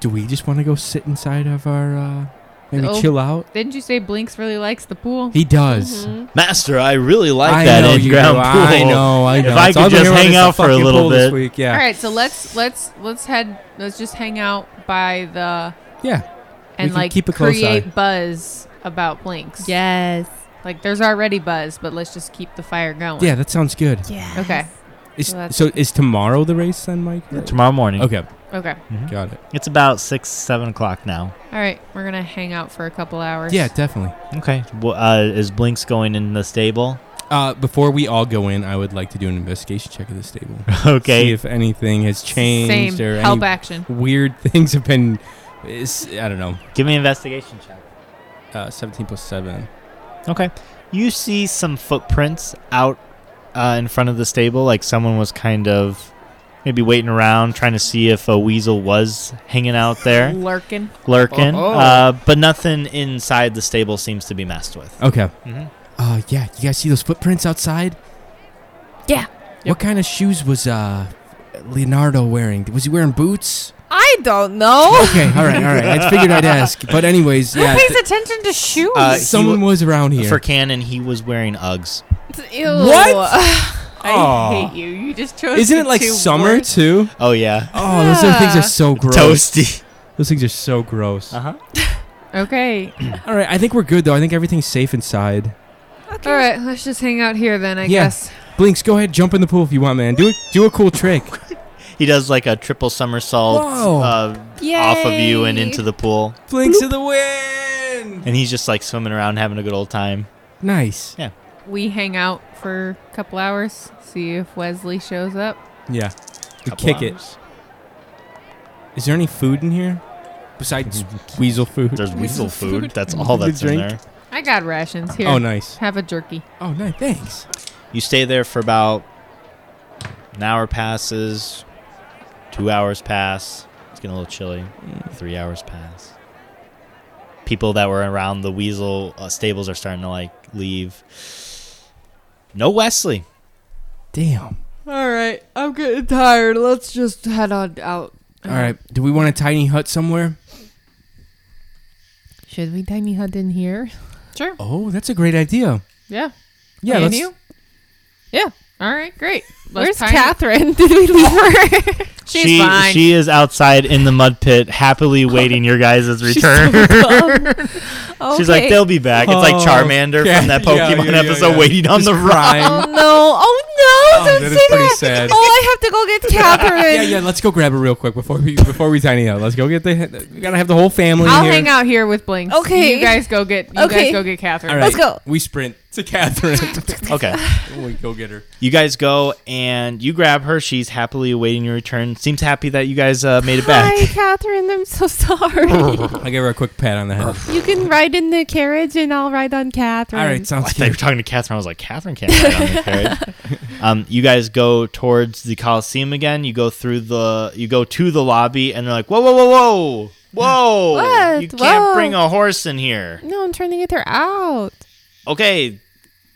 D: Do we just want to go sit inside of our? uh Maybe
E: Oh.
D: chill out.
E: Didn't you say Blinks really likes the pool?
D: He does.
E: Mm-hmm.
C: Master, I really like
D: I
C: that
D: know
C: in
D: you
C: ground
D: do.
C: pool.
D: I know. I know.
C: If I
D: It's
C: could
D: all the
C: just
D: way around
C: hang
D: is the
C: out for a
D: fucking
C: little
D: pool this
C: bit.
D: week, Yeah.
E: All right, so let's let's let's head let's just hang out by the
D: Yeah.
E: and
D: can
E: like
D: keep a close
E: create
D: eye.
E: buzz about Blinks.
B: yes.
E: Like there's already buzz, but let's just keep the fire going.
D: Yeah. That sounds good.
B: Yeah.
E: Okay.
D: Is,
E: Well, that's-
D: so is tomorrow the race then, Mike?
C: Tomorrow morning. Mm-hmm.
D: Okay,
E: Okay.
D: got it.
C: It's about six, seven o'clock now.
E: All right, we're gonna hang out for a couple hours.
D: Yeah, definitely.
C: Okay. Well, uh, is Blinks going in the stable?
D: Uh, before we all go in, I would like to do an investigation check of this table. See
C: Okay.
D: if anything has changed
E: Same
D: or
E: help
D: any
E: action.
D: weird things have been. Is, I don't know.
C: Give me an investigation check.
D: Uh, 17 plus 7.
C: Okay. You see some footprints out uh, in front of the stable, like someone was kind of maybe waiting around trying to see if a weasel was hanging out there,
E: Lurking.
C: lurking.
D: Oh.
C: Uh, but nothing inside the stable seems to be messed with.
D: Okay.
C: Mhm.
D: Uh, yeah, you guys see those footprints outside?
B: Yeah.
D: What kind of shoes was uh, Leonardo wearing? Was he wearing boots?
B: I don't know.
D: Okay, all right, all right. I figured I'd ask. But, anyways, yeah.
B: Who pays
D: th-
B: attention to shoes?
C: Uh, he
D: someone was around here.
C: For Canon, he was wearing Uggs.
B: Ew.
D: What?
E: I
D: Aw.
E: hate you. You just chose.
D: Isn't
E: the
D: it like
E: two
D: summer
E: worst-
D: too?
C: Oh, yeah.
D: Oh, those little things
B: Yeah.
D: are so gross. Uh-huh.
C: Toasty.
D: Those things are so gross.
C: huh.
E: Okay.
D: All right, I think we're good though. I think everything's safe inside.
B: Okay.
E: All right, let's just hang out here then, I
D: Yeah.
E: guess.
D: Blinks, go ahead, jump in the pool if you want, man. Do it. Do a cool trick.
C: He does like a triple somersault
D: Whoa.
C: uh, off of you and into the pool,
D: Blinks of the wind.
C: and he's just like swimming around having a good old time.
D: Nice.
E: We hang out for a couple hours, see if Wesley shows up.
D: Yeah. We
C: Couple
D: kick it.
C: hours.
D: Is there any food in here besides weasel food?
C: There's weasel
E: food.
C: food. That's all
D: The
C: that's in
D: drink.
C: there.
E: I got rations here.
D: Oh, nice.
E: Have a jerky.
D: Oh, nice. Thanks.
C: You stay there for about an hour passes, two hours pass. It's getting a little chilly.
D: Mm.
C: Three hours pass. People that were around the weasel uh, stables are starting to like leave. No Wesley.
D: Damn.
E: All right, I'm getting tired. Let's just head on out.
D: All right. Do we want a tiny hut somewhere?
B: Should we tiny hut in here?
E: Sure.
D: Oh, that's a great idea.
E: Yeah.
D: Yeah.
E: Me and
D: let's-
E: you? Yeah. All right, great. Let's
B: Where's
E: time-
B: Catherine? Did we leave her?
E: She's
C: she
E: fine.
C: she is outside in the mud pit, happily waiting your guys' return. She's, like, they'll be back. It's like
D: Oh,
C: Charmander
D: yeah,
C: from that
D: yeah,
C: Pokemon
D: yeah, yeah,
C: episode
D: yeah.
C: waiting on
D: Just
C: the rock.
D: crying.
B: Oh no! Oh no!
D: Oh,
B: don't
D: that
B: say
D: is pretty
B: that.
D: sad.
B: Oh, I have to go get Catherine.
D: Yeah, yeah. Let's go grab it real quick before we before we tiny out. Let's go get the. We gotta have the whole family
E: I'll
D: here.
E: hang out here with Blinks.
B: Okay.
E: You guys go get you
B: Okay.
E: guys go get Catherine.
D: All right,
B: Let's go.
D: We sprint to Catherine.
C: Okay.
D: we go get her.
C: You guys go and you grab her. She's happily awaiting your return. Seems happy that you guys uh, made it back.
B: Hi, Catherine. I'm so sorry.
D: I give her a quick pat on the head.
B: you can ride in the carriage, and I'll ride on Catherine.
D: All right,
C: I
D: sounds
C: thought you were
D: good.
C: talking to Catherine. I was like, Catherine can't ride on the carriage. um, you guys go towards the Coliseum again. You go through the, you go to the lobby, and they're like, whoa, whoa, whoa, whoa, whoa!
B: What?
C: You can't
B: Whoa.
C: bring a horse in here.
B: No, I'm trying to get her out.
C: Okay,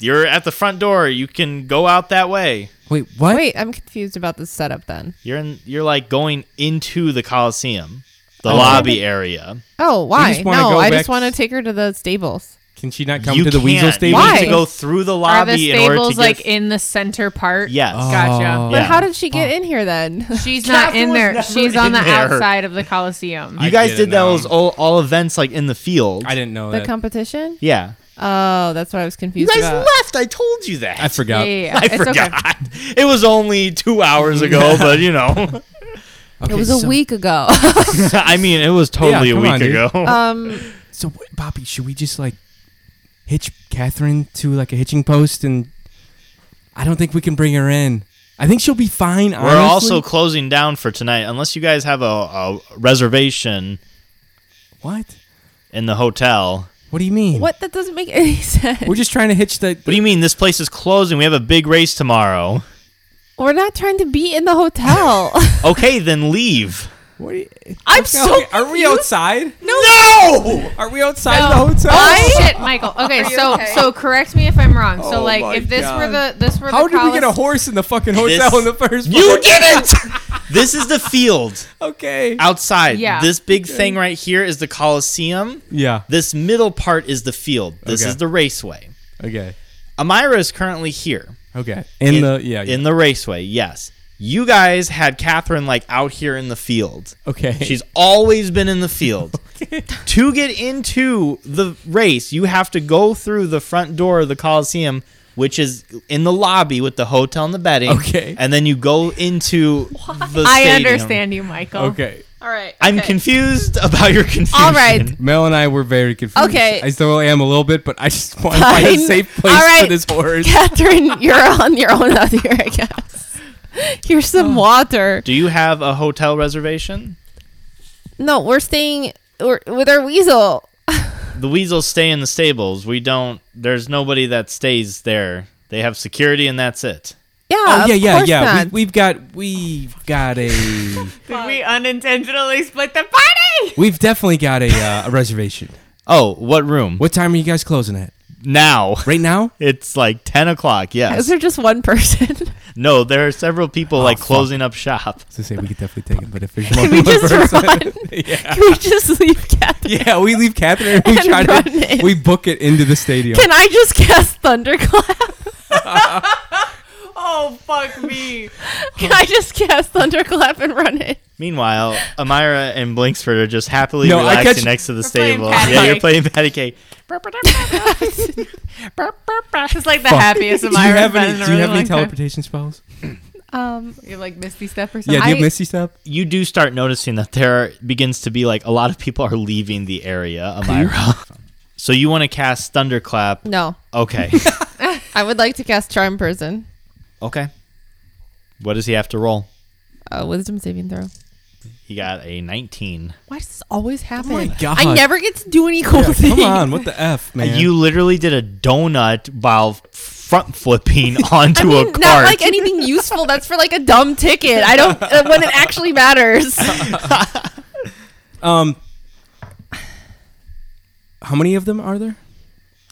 C: you're at the front door. You can go out that way.
D: Wait, what?
B: Wait, I'm confused about the setup then.
C: You're in, you're like going into the Coliseum, the
D: Okay.
C: lobby area.
B: Oh, why?
D: just wanna
B: No,
D: go
B: I
D: back
B: just want to
D: s-
B: take her to the stables.
D: Can she not come
C: you
D: to the
C: can't.
D: weasel
C: You
D: stable?
B: Why?
C: need to go through the
E: Are the
C: lobby in order to
E: stables
C: get
E: like in the center part?
C: Yes.
D: Oh,
E: Gotcha.
B: But
C: Yeah.
B: how did she get in here then?
E: She's not in there. She's on
C: in
E: the
C: there.
E: outside of the Coliseum.
C: You
D: I
C: guys
D: get
C: did
D: it now.
C: those all, all events like in the field.
D: I didn't know
B: the
D: that.
B: competition?
C: yeah.
B: Oh, that's what I was
C: You
B: confused
C: guys
B: about.
C: left. I told you that.
D: I forgot.
E: Yeah, yeah, yeah.
C: I
E: It's okay.
C: forgot. It was only two hours ago, but you know,
D: Okay,
B: it was a
D: so-
B: week ago.
C: I mean, it was totally
D: Yeah,
C: a
D: come
C: week
D: on, dude.
C: ago.
B: um,
D: So, what, Poppy, should we just like hitch Catherine to like a hitching post? And I don't think we can bring her in. I think she'll be fine.
C: We're also closing down for tonight, unless you guys have a, a reservation
D: what?
C: in the hotel.
D: What do you mean?
B: what? That doesn't make any sense.
D: We're just trying to hitch the.
C: What do you mean? This place is closing. We have a big race tomorrow.
B: We're not trying to be in the hotel.
C: Okay, then leave.
D: What do you-
B: I'm
D: Okay,
B: so.
D: okay, Are we outside?
C: No.
D: Are we outside
E: No.
D: the hotel?
E: Oh shit, Michael. Okay, so so correct me if I'm wrong.
D: Oh
E: So
D: my
E: like if this were
D: God.
E: the this were
D: How
E: the
D: did we get a
E: Colise-
D: horse in the fucking hotel
C: This-
D: in the first
C: You
D: place?
C: didn't. this is the field
D: Okay.
C: outside.
E: Yeah.
C: This big thing right here is the Coliseum.
D: Yeah.
C: This middle part is the field. This
D: Okay.
C: is the raceway.
D: Okay.
C: Amira is currently here.
D: Okay. In, the yeah.
C: In the raceway, yes. You guys had Catherine like out here in the field.
D: okay.
C: She's always been in the field. To get into the race, you have to go through the front door of the Coliseum, which is in the lobby with the hotel and the bedding.
D: Okay.
C: And then you go into the
E: I
C: stadium.
E: understand you, Michael.
D: okay.
E: All right.
C: I'm
E: okay.
C: confused about your confusion.
B: All right.
D: Mel and I were very confused.
B: Okay.
D: I still am a little bit, but I just want to find a
B: Fine.
D: safe place
B: All right.
D: for this horse.
B: Catherine, you're on your own out here, I guess. Here's some
D: Oh.
B: water.
C: Do you have a hotel reservation?
B: No, we're staying we're, with our weasel.
C: The weasels stay in the stables. We don't. There's nobody that stays there. They have security, and that's it.
B: Yeah,
D: Oh yeah,
B: of
D: yeah,
B: course
D: yeah.
B: Not.
D: We, we've got we've got a
E: Did we unintentionally split the party?
D: we've definitely got a, uh, a reservation.
C: Oh, what room?
D: What time are you guys closing at?
C: now?
D: Right now?
C: It's like ten o'clock.
B: Is
C: Yes.
B: there just one person?
C: No, there are several people like
D: Oh, fuck.
C: closing up shop.
D: So say we could definitely take it, but if there's more
B: Can we
D: than one
B: just
D: person-
B: run?
D: yeah.
B: Can we just leave Catherine?
D: yeah, we leave Catherine and we
B: And
D: try
B: run
D: to
B: in.
D: we book it into the stadium.
B: Can I just cast Thunderclap?
E: Oh fuck me.
B: Can I just cast Thunderclap and run it?
C: Meanwhile, Amira and Blinksford are just happily
D: No, I
C: relaxing
D: catch-
C: next to the
E: We're playing
C: stable.
E: patty
C: Yeah,
E: cake.
C: you're playing patty cake.
E: It's like the happiest of
D: do you
E: my
D: have any? Do you have any
E: teleport?
D: teleportation spells?
E: Um, you like Misty Step or something?
D: Yeah, do you have
E: I-
D: Misty Step?
C: You do start noticing that there begins to be like a lot of people are leaving the area, Amira. so you want to cast Thunderclap.
B: No,
C: Okay.
B: I would like to cast Charm Person.
C: okay. What does he have to roll?
B: Uh, wisdom saving throw.
C: He got a 19.
B: Why does this always happen?
D: Oh God.
B: I never get to do any cool things.
D: Come on, what the f, man?
C: You literally did a donut while front flipping
B: I
C: onto
B: mean,
C: a
B: not
C: cart.
B: like anything useful. That's for like a dumb ticket. I don't uh, when it actually matters.
D: um, how many of them are there?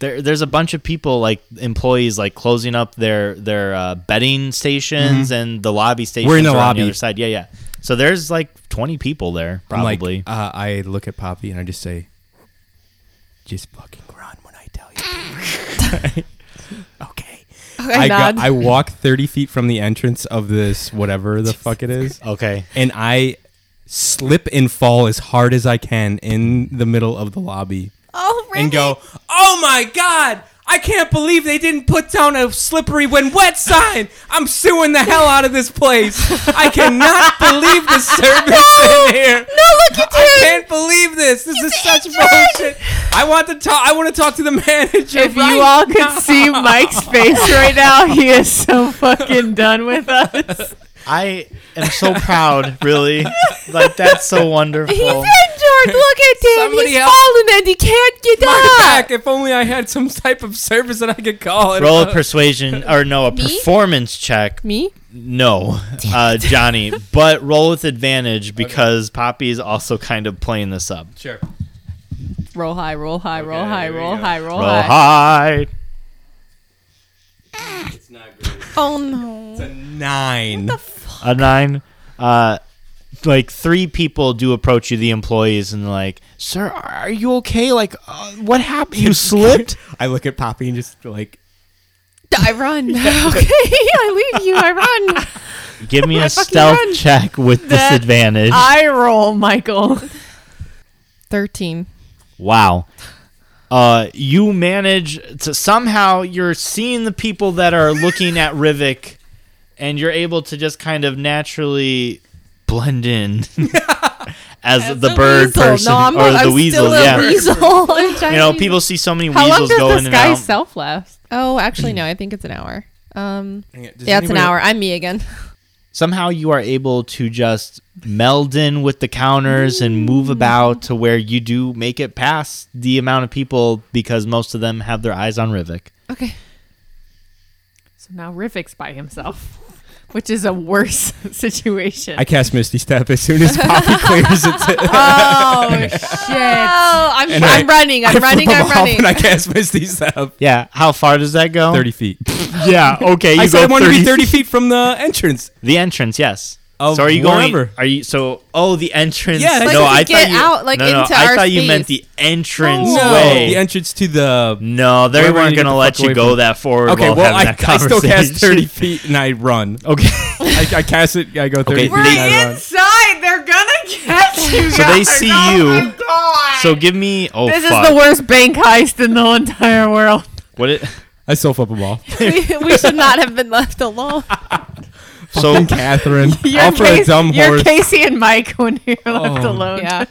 C: there, there's a bunch of people like employees like closing up their their uh, betting stations and the lobby stations.
D: the
C: are on
D: lobby.
C: the other side. Yeah, yeah. So there's like 20 people there
D: I'm like,
C: probably.
D: uh, I look at Poppy and I just say, "Just fucking run when I tell you." to." okay.
B: I,
D: got,
B: nod.
D: I walk thirty feet from the entrance of this whatever the fuck it is,
C: okay.
D: and I slip and fall as hard as I can in the middle of the lobby.
B: oh, Ribbit.
D: and go, "Oh my god, I can't believe they didn't put down a slippery when wet sign. I'm suing the hell out of this place. I cannot believe the service in here.
B: No, look at
D: I
B: him.
D: can't believe this. This is such
B: injured.
D: bullshit. I want to talk. I want to talk to the manager.
E: If
D: right
E: you all could
D: now."
E: see Mike's face right now, he is so fucking done with us.
C: I am so proud, really. Like that's so wonderful.
B: He's injured. Look at him.
D: Somebody
B: He's
D: help.
B: fallen and he can't get up.
D: Fuck, if only I had some type of service that I could call it.
C: Roll a
D: about.
C: persuasion or no, a performance check.
B: Me?
C: No, uh, Johnny, but roll with advantage because Poppy is also kind of playing this up.
D: sure.
E: Roll high, roll high, roll
D: Okay,
E: high,
D: here we
E: roll
D: go.
E: high, roll
C: Roll
E: high.
C: high.
D: It's not good.
B: Oh no.
D: It's a nine.
C: a nine. Uh, like three people do approach you, the employees, and they're like, "Sir, are you okay? Like, uh, what happened? You slipped?"
D: I look at Poppy and just like
B: I run. okay, I leave you. I run.
C: Give me a
B: fucking
C: stealth
B: run.
C: check with
E: That-
C: disadvantage.
E: I roll, Michael.
B: 13.
C: wow. Uh, you manage to somehow you're seeing the people that are looking at Rivik, and you're able to just kind of naturally blend in as, the, bird
B: weasel.
C: person
B: No, I'm,
C: or
B: not-
C: the
B: I'm
C: weasel.
B: still a
C: yeah,
B: weasel. I'm
C: you know, people see so many
E: How long
C: weasels go
E: does
C: in
E: this
C: and out.
E: guy's self last?
B: Oh, actually, no. I think it's an hour. Um,
D: Hang it, does
B: yeah, it's an
D: anybody-
B: hour. I'm me again.
C: somehow you are able to just meld in with the counters and move about to where you do make it past the amount of people because most of them have their eyes on Rivik.
B: Okay.
E: So now Riffik's by himself, which is a worse situation.
D: I cast Misty Step as soon as Poppy clears it.
E: oh shit!
B: Oh, I'm,
D: And I-
B: I'm running. I'm running. I'm running.
D: And I cast Misty Step.
C: Yeah, how far does that go?
D: Oh. Thirty feet.
C: Yeah, okay. You
D: I
C: go
D: said I want to
C: 30
D: be thirty feet from the entrance.
C: The entrance, yes.
D: Of
C: so are you going?
D: wherever.
C: Are you so? Oh, the entrance.
D: Yeah, Like
C: no,
B: if you
C: I
B: get
C: thought you
B: out, like,
C: no, no,
B: into
C: I
B: our
C: thought you meant
B: space.
C: the entrance
D: Oh, no,
C: way.
D: the entrance to the.
C: no, they
D: Wherever you
C: weren't
D: need
C: gonna
D: to
C: let
D: fuck
C: you
D: away
C: go
D: from-
C: that far.
D: Okay,
C: while
D: well,
C: having
D: I,
C: that
D: I still cast
C: conversation.
D: thirty feet and I run.
C: Okay.
D: I, I cast it. I go thirty
C: Okay,
D: feet.
C: We're
D: and I run.
E: inside. They're gonna catch you. Oh
C: So they see you. So give me. Oh
E: This
C: fuck!
E: is the worst bank heist in the whole entire world.
C: what it?
D: I soap up a ball.
B: we, we should not have been left alone.
C: So
D: Fucking Catherine,
E: You're
D: all for
E: Casey,
D: a dumb
E: you're
D: horse.
E: Casey and Mike when you're left
D: Oh.
E: alone.
B: Yeah.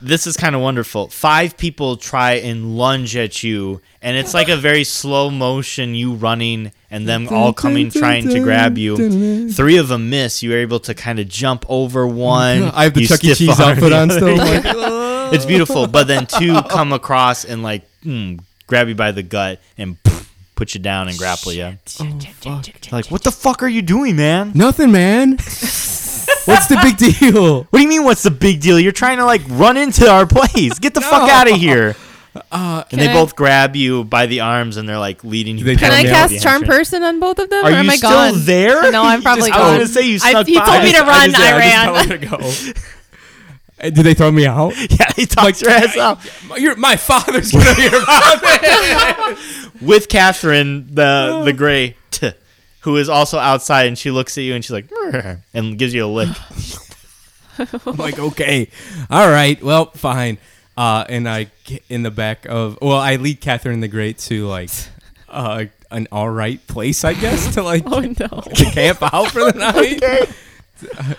C: this is kind of wonderful. Five people try and lunge at you, and it's like a very slow motion you running and them all coming trying to grab you. Three of them miss. You're able to kind of jump over one.
D: I have the
C: You
D: Chuck E.
C: stiff
D: Cheese
C: arm
D: outfit
C: the
D: on
C: other.
D: still. Like,
C: It's beautiful. But then two come across and like mm, grab you by the gut and put you down and grapple you. Like, what the fuck are you doing, man?
D: Nothing, man. What's the big deal?
C: What do you mean? What's the big deal? You're trying to like run into our place. Get the fuck out of here. and they
B: Uh, Can I-
C: both grab you by the arms and they're like leading you.
D: they
C: back
B: Can I
D: Yeah.
C: out
B: cast
C: the
B: Charm
C: entrance.
B: Person on both of them?
C: Are
B: or am
C: you
B: I
C: still
B: gone?
C: there?
B: No, I'm probably
C: I was
B: gone.
C: gonna say you
B: I-
C: snuck
B: he
C: by.
B: told me to run,
D: just-
B: I
D: just
B: ran.
D: tell her to go. Uh, Did they throw me out?
C: yeah, he talked your ass up.
D: You're, my father's gonna hear about
C: with Catherine the the gray, t- who is also outside, and she looks at you and she's like, "Brr," and gives you a lick.
D: I'm like, okay, all right, well, fine. Uh, and I get in the back of well, I lead Catherine the Great to like uh, an all right place, I guess, to like
B: Oh no.
D: to camp out for the night.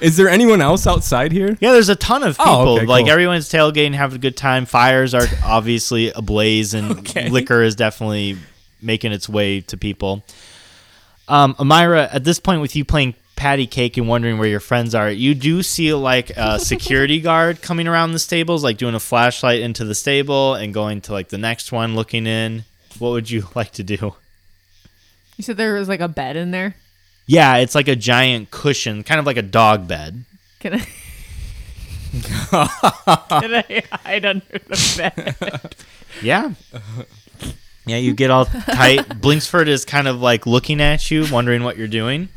D: Is there anyone else outside here?
C: Yeah, there's a ton of people.
D: Oh, okay,
C: like
D: cool.
C: everyone's tailgating, having a good time. Fires are obviously ablaze, and
D: Okay.
C: liquor is definitely making its way to people. Um, Amira, at this point, with you playing patty cake and wondering where your friends are, you do see like a security guard coming around the stables, like doing a flashlight into the stable and going to like the next one, looking in. What would you like to do?
E: You said there was like a bed in there.
C: Yeah, it's like a giant cushion, kind of like a dog bed.
E: Can I? Can I hide under the bed?
C: Yeah. Yeah, you get all tight. Blinksford is kind of like looking at you, wondering what you're doing,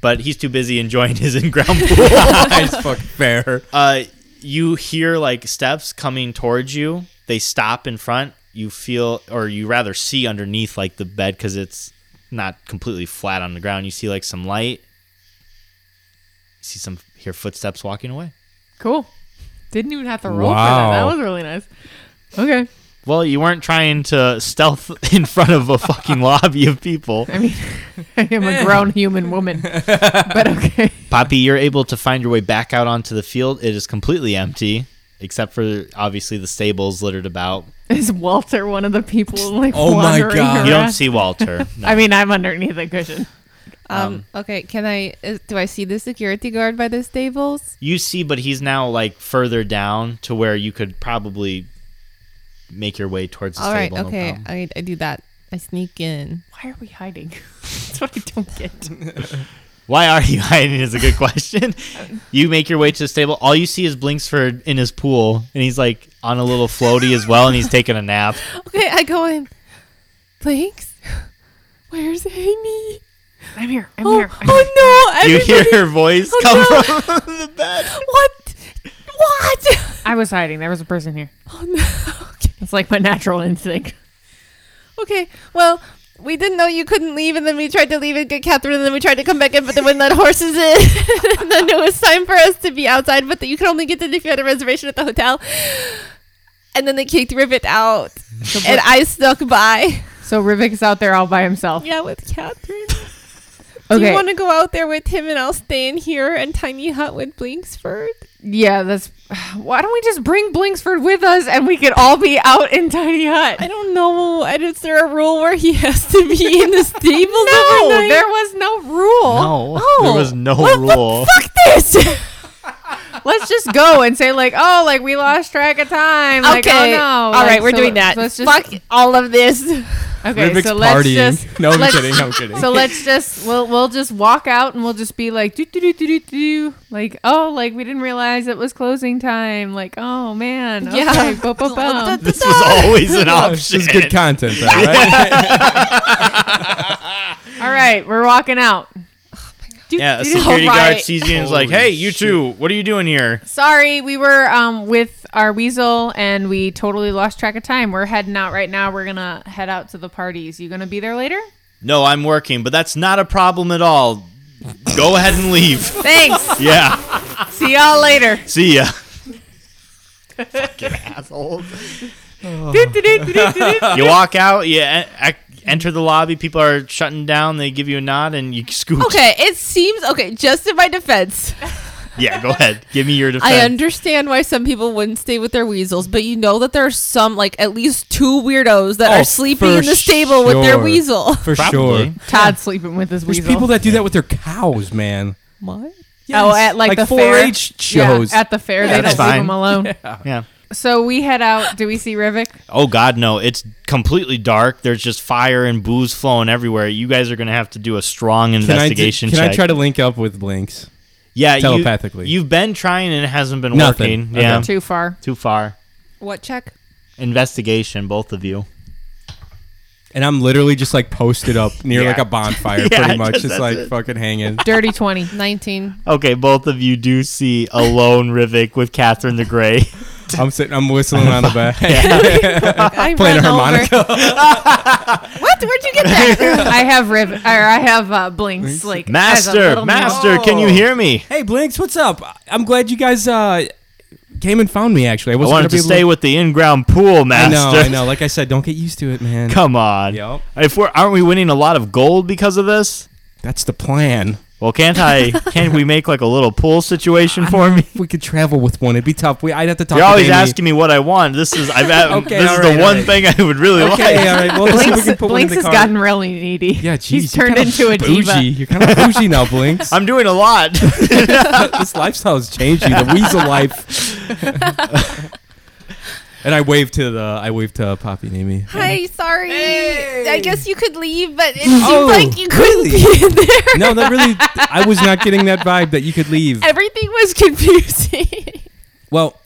C: but he's too busy enjoying his in-ground pool.
D: it's fucking fair.
C: Uh, you hear like steps coming towards you. They stop in front. You feel, or you rather see underneath like the bed because it's not completely flat on the ground. You see like some light. You see some hear footsteps walking away.
E: Cool. Didn't even have to roll for that. That
D: Wow.
E: was really nice. Okay.
C: Well, you weren't trying to stealth in front of a fucking lobby of people.
E: I mean, I am
B: Eh.
E: a grown human woman, but okay.
C: Poppy, you're able to find your way back out onto the field. It is completely empty, except for obviously the stables littered about.
E: Is Walter one of the people like
D: Oh my
E: wandering
D: God.
C: You
E: around?
B: Uh-huh.
C: don't see Walter. No.
E: I mean, I'm underneath a cushion.
B: Um, okay, can I? Is, do I see the security guard by the stables?
C: You see, but he's now like further down to where you could probably make your way towards the
B: All right,
C: stable. no
B: okay,
C: problem.
B: I, I do that. I sneak in.
E: Why are we hiding? That's what I don't get.
C: Why are you hiding is a good question. you make your way to the stable. All you see is Blinksford in his pool, and he's like on a little floaty as well, and he's taking a nap.
B: Okay, I go in. Blinks, where's Amy?
E: I'm here. I'm
B: Oh,
E: here. I'm here.
B: oh no!
C: You
B: Everybody,
C: hear her voice
B: Oh,
C: come
B: no.
C: from
B: what? What?
E: I was hiding. There was a person here.
B: Oh no! Okay.
E: It's like my natural instinct.
B: Okay, well, we didn't know you couldn't leave, and then we tried to leave and get Catherine, and then we tried to come back in, but they wouldn't let horses in. and then it was time for us to be outside, but you could only get in if you had a reservation at the hotel. And then they kicked Rivet out, and I snuck by.
E: So Rivik's out there all by himself.
B: Yeah, with Catherine. Do
E: Okay.
B: you want to go out there with him, and I'll stay in here and Tiny Hut with Blinksford?
E: yeah, that's. Why don't we just bring Blinksford with us and we could all be out in Tiny Hut?
B: I don't know. I- Is there a rule where he has to be in the stables
E: no,
B: overnight?
E: there was no rule.
C: No, there was no
B: Oh.
C: rule.
B: Fuck this!
E: Let's just go and say like, oh, like we lost track of time. Like, oh no.
B: All
E: Like,
B: right, we're
E: so
B: doing that.
E: Let's just
B: Fuck all of this.
E: okay.
D: Rivik's
E: so let's
D: partying.
E: just
D: no, I'm
E: let's-
D: kidding. I'm kidding.
E: So let's just we'll we'll just walk out and we'll just be like do do do do do do like oh like we didn't realize it was closing time like oh man okay,
B: Yeah.
E: yeah bo, bo, bum.
C: This was always an
D: Oh,
C: option.
D: this is good content, though, right?
E: all right we're walking out
B: Oh
E: Do,
C: Yeah, a
E: do, do.
C: security
B: All
C: guard
B: right.
C: sees you and is
D: Holy
C: like, "Hey, you two, what are you doing here?"
E: sorry we were um with our weasel and we totally lost track of time we're heading out right now we're gonna head out to the parties you gonna be there later
C: No, I'm working, but that's not a problem at all. Go ahead and leave.
E: thanks
C: yeah,
E: see y'all later
C: see ya.
E: Do, do, do, do, do, do, do.
C: You walk out. You en- ac- enter the lobby. People are shutting down. They give you a nod, and you scooch.
B: Okay, it seems okay. Just in my defense,
C: Yeah, go ahead. Give me your defense.
B: I understand why some people wouldn't stay with their weasels, but you know that there are some, like at least two weirdos that
D: Oh,
B: are sleeping
D: for
B: in the stable with their
D: sure.
B: weasel.
D: For
C: Probably.
D: sure.
E: Todd's sleeping with his
D: There's
E: weasel
D: people that do that with their cows, man.
B: What?
E: Oh, at, like, the fair?
D: 4-H shows.
E: Yeah, at the fair, they
C: Yeah,
E: don't
C: that's
E: leave
C: fine.
E: them alone.
D: Uh-huh.
C: Yeah.
E: So we head out. Do we see Rivik?
C: Oh God, no! It's completely dark. There's just fire and booze flowing everywhere. You guys are gonna have to do a strong
D: can I, d-
C: investigation
D: can I
C: check.
D: try to link up with Blinks?
C: yeah, you-
D: telepathically?
C: You've been trying and it hasn't been
D: Nothing.
C: working.
D: Okay.
C: Yeah,
E: Too far.
C: too far.
B: What check?
C: Investigation, both of you.
D: And I'm literally just like posted up near
C: Yeah.
D: like a bonfire,
C: Yeah,
D: pretty much,
C: just-
D: just
C: that's
D: like
C: it.
D: fucking hanging.
E: Dirty twenty.
B: Nineteen.
C: Okay, both of you do see a lone Rivik with Catherine the Grey.
D: I'm sitting. I'm whistling on the back.
B: I
D: Playing a
B: run over.
D: harmonica.
B: What? Where'd you get that?
E: I have rib or I have uh, blinks like as a
C: Master,
E: little
C: master,
E: mo-
C: can you hear me?
D: Hey, Blinks, what's up? I'm glad you guys uh, came and found me. Actually, I
C: I
D: wasn't
C: wanted
D: gonna be
C: to stay
D: able
C: with the in-ground pool,
D: I
C: master.
D: know. I know. Like I said, don't get used to it, man.
C: Come on.
D: Yup.
C: If we're aren't we winning a lot of gold because of this?
D: That's the plan.
C: Well, can't I? can't we make like a little pool situation for me?
D: If we could travel with one, it'd be tough. We, I'd have to talk.
C: You're
D: to
C: always
D: Jamie.
C: asking me what I want. This is I've had,
D: Okay,
C: this is
D: alright,
C: the one
D: alright.
C: thing I would really
D: Okay,
C: like.
D: all right. Well, let's see if we can put
E: Blinks, Blinks
D: one in the
E: has
D: car.
E: gotten really needy.
D: yeah, jeez,
E: he's
D: you're
E: turned
D: kinda
E: into a
D: bougie.
E: diva.
D: You're kind of bougie now, Blinks.
C: I'm doing a lot.
D: this lifestyle's changed you. The weasel life. and I wave to the. I wave to Poppy and Amy.
B: Hi, sorry. I
D: Hey.
B: guess you could leave, but it seems
D: Oh,
B: like you couldn't be in there.
D: No, that really. I was not getting that vibe that you could leave.
B: Everything was confusing.
D: Well,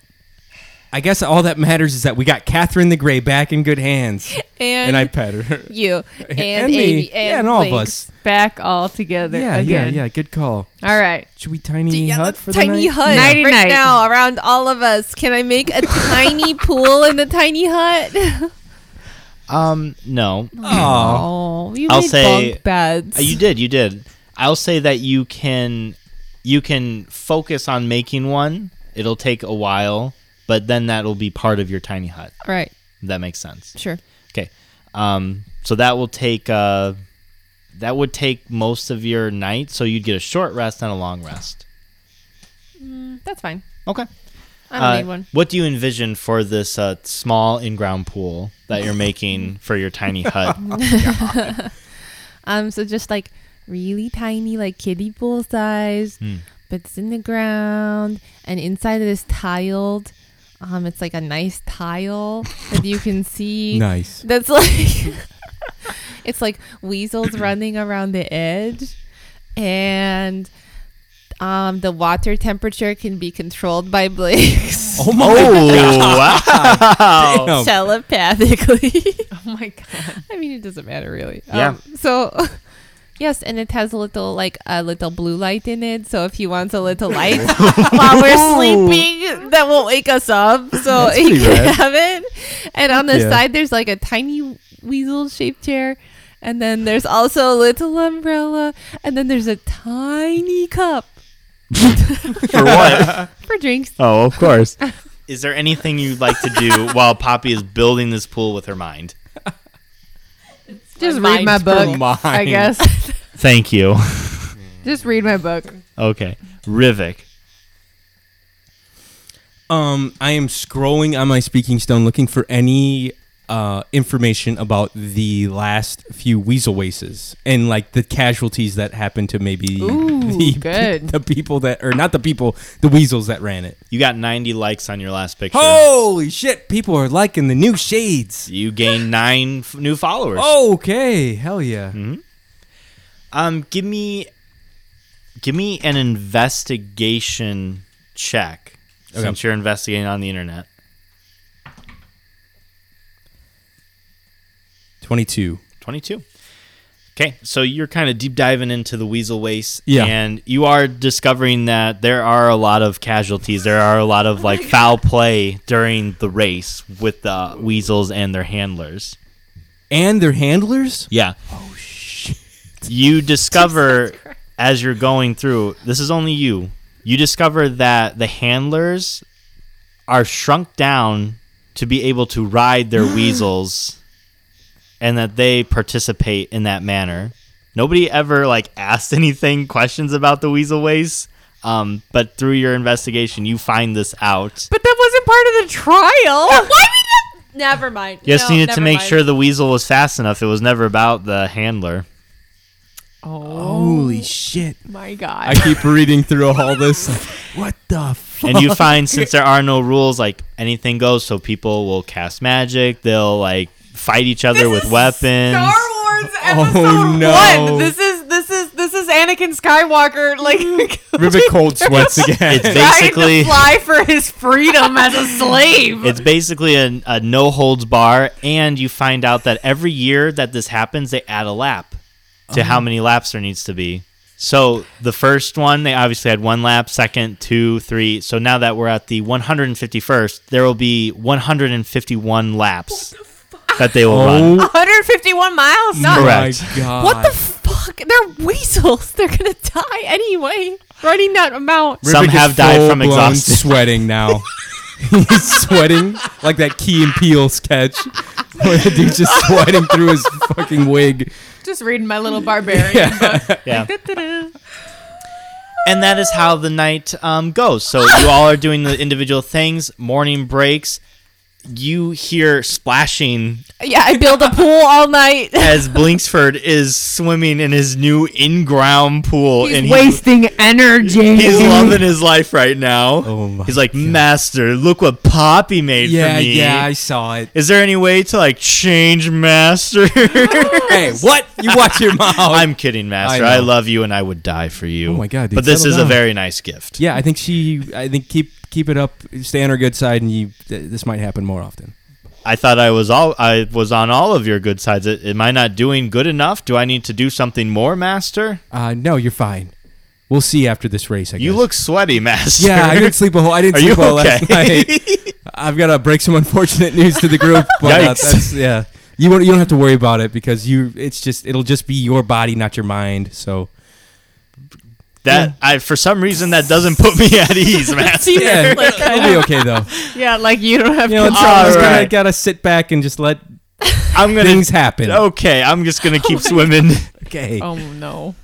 D: I guess all that matters is that we got Catherine the Grey back in good hands,
B: and,
D: and I pat her.
B: you and,
D: And me.
B: Amy and,
D: Yeah, and all of
B: Blake.
D: us.
E: Back all together
D: Yeah,
E: again.
D: yeah, yeah. Good call.
E: All right.
D: Should we tiny
B: Yeah,
D: hut
B: that's
D: for the
B: tiny
D: night?
B: hut
E: Nighty
B: right
E: night.
B: now around all of us. Can I make a tiny pool in the tiny hut?
C: um, no.
D: Aw.
E: Oh, you
C: I'll
E: made
C: say-
E: bunk beds.
C: Uh, You did, you did. I'll say that you can you can focus on making one. It'll take a while, but then that'll be part of your tiny hut.
B: right.
C: If that makes sense.
B: Sure.
C: Okay. Um, so that will take uh, that would take most of your night, so you'd get a short rest and a long rest.
B: That's fine.
C: Okay. Uh,
B: I don't need one.
C: What do you envision for this uh, small in-ground pool that you're making for your tiny hut?
B: Um, so just like really tiny, like kiddie pool size,
D: Hmm.
B: but it's in the ground, and inside it is tiled. Um, it's like a nice tile that you can see.
D: Nice.
B: That's like it's like weasels running around the edge, and um, the water temperature can be controlled by Blake's
D: Oh my
C: oh wow!
D: God.
B: telepathically.
E: oh my god.
B: Oh. I mean, it doesn't matter really.
C: Yeah.
B: Um, so, yes, and it has a little like a little blue light in it. So if he wants a little light while we're sleeping, that won't wake us up. So he
D: pretty
B: can
D: rad.
B: have it. And on the
D: Yeah.
B: side, there's like a tiny weasel-shaped chair. And then there's also a little umbrella, and then there's a tiny cup
C: For what?
B: for drinks.
C: Oh, of course. Is there anything you'd like to do while Poppy is building this pool with her mind?
E: Just
B: My
E: read my
B: mind's
E: book.
D: blown.
E: I guess.
C: Thank you.
E: Just read my book.
C: Okay, Rivik.
D: Um, I am scrolling on my speaking stone looking for any uh, information about the last few weasel waces and like the casualties that happened to maybe
E: Ooh,
D: the,
E: good.
D: the people that or not the people, the weasels that ran it.
C: You got 90 likes on your last picture.
D: Holy shit, people are liking the new shades.
C: You gained nine f- new followers.
D: Okay, hell yeah.
C: Um, give me, give me an investigation check
D: Okay.
C: since you're investigating on the internet.
D: 22.
C: 22. Okay, so you're kind of deep diving into the weasel waste,
D: Yeah.
C: and you are discovering that there are a lot of casualties. There are a lot of like foul play during the race with the weasels and their handlers.
D: And their handlers?
C: Yeah. Oh shit. You discover as you're going through, this is only you. You discover that the handlers are shrunk down to be able to ride their weasels and that they participate in that manner. Nobody ever like asked anything questions about the weasel ways. Um, but through your investigation, you find this out.
E: But that wasn't part of the trial.
B: Why would you? Never mind.
C: You just
B: No,
C: needed to
B: never
C: make
B: mind.
C: sure the weasel was fast enough. It was never about the handler.
E: Oh
D: Holy shit.
E: my
D: I
E: god.
D: keep reading through all this. like, what the fuck?
C: and you find since there are no rules, like anything goes. So people will cast magic. They'll like fight each other with weapons.
E: Wars
D: Oh no.
E: is this is this is Anakin Skywalker like
D: Rivet cold sweats again.
C: It's basically
E: fly for his freedom as a slave.
C: it's basically a, a no holds bar. And you find out that every year that this happens, they add a lap to how many laps there needs to be. So the first one, they obviously had one lap, second, two, three. So now that we're at the 151st, there will be 151 laps that they will
D: Oh
C: run.
E: 151 miles? No.
C: Correct.
D: my god!
B: What the fuck? They're weasels. They're gonna die anyway. Running that amount.
C: Some
D: Rivik is
C: have died from
D: full-blown
C: exhaustion.
D: Sweating now. He's sweating like that Key and Peele sketch where the dude's just sweating through his fucking wig.
E: Just reading my little barbarian.
C: Yeah.
E: Da-da-da.
C: and that is how the night um, goes. So you all are doing the individual things. Morning breaks. You hear splashing
B: Yeah, I build a pool all night.
C: as Blinksford is swimming in his new in-ground pool, and he-
E: Wasting energy.
C: he's loving his life right now.
D: Oh my
C: he's like, Master, look what Poppy made
D: Yeah,
C: for me.
D: yeah, I saw it.
C: Is there any way to like change Master?
D: Hey, what? You watch your mouth.
C: I'm kidding, Master.
D: Oh. I
C: I,
D: know.
C: love you, and I would die for you.
D: Oh my God, dude,
C: but this
D: settle
C: is
D: down.
C: a very nice gift.
D: yeah, I think she. I think keep keep it up. Stay on her good side, and you. Th- this might happen more often.
C: I thought I was all I was on all of your good sides. Am I not doing good enough? Do I need to do something more, Master?
D: Uh, no, you're fine. We'll see after this race. I guess.
C: You look sweaty, Master.
D: Yeah, I didn't sleep a whole. I didn't
C: Are you
D: sleep all
C: okay?
D: last night. I've got to break some unfortunate news to the group. But uh,
C: Yikes.
D: that's, yeah, you won't, you don't have to worry about it because you. It's just it'll just be your body, not your mind. So
C: That I for some reason that doesn't put me at ease, Master.
D: yeah, it'll be okay though.
E: yeah, like you don't have
D: You know,
E: to.
D: it's all just kind of
C: Alright.
D: got to sit back and just let
C: I'm gonna
D: things happen. Oh
C: Okay, I'm just gonna keep swimming.
D: Okay,
E: Oh no.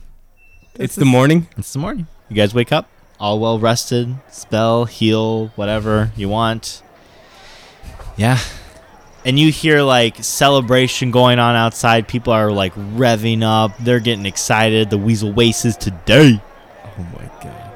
D: it's the morning.
C: It's the morning. You guys wake up, all well rested, spell, heal, whatever you want. Yeah. And you hear like celebration going on outside. People are like revving up. They're getting excited. The Weasel Waste is today.
D: Oh my god!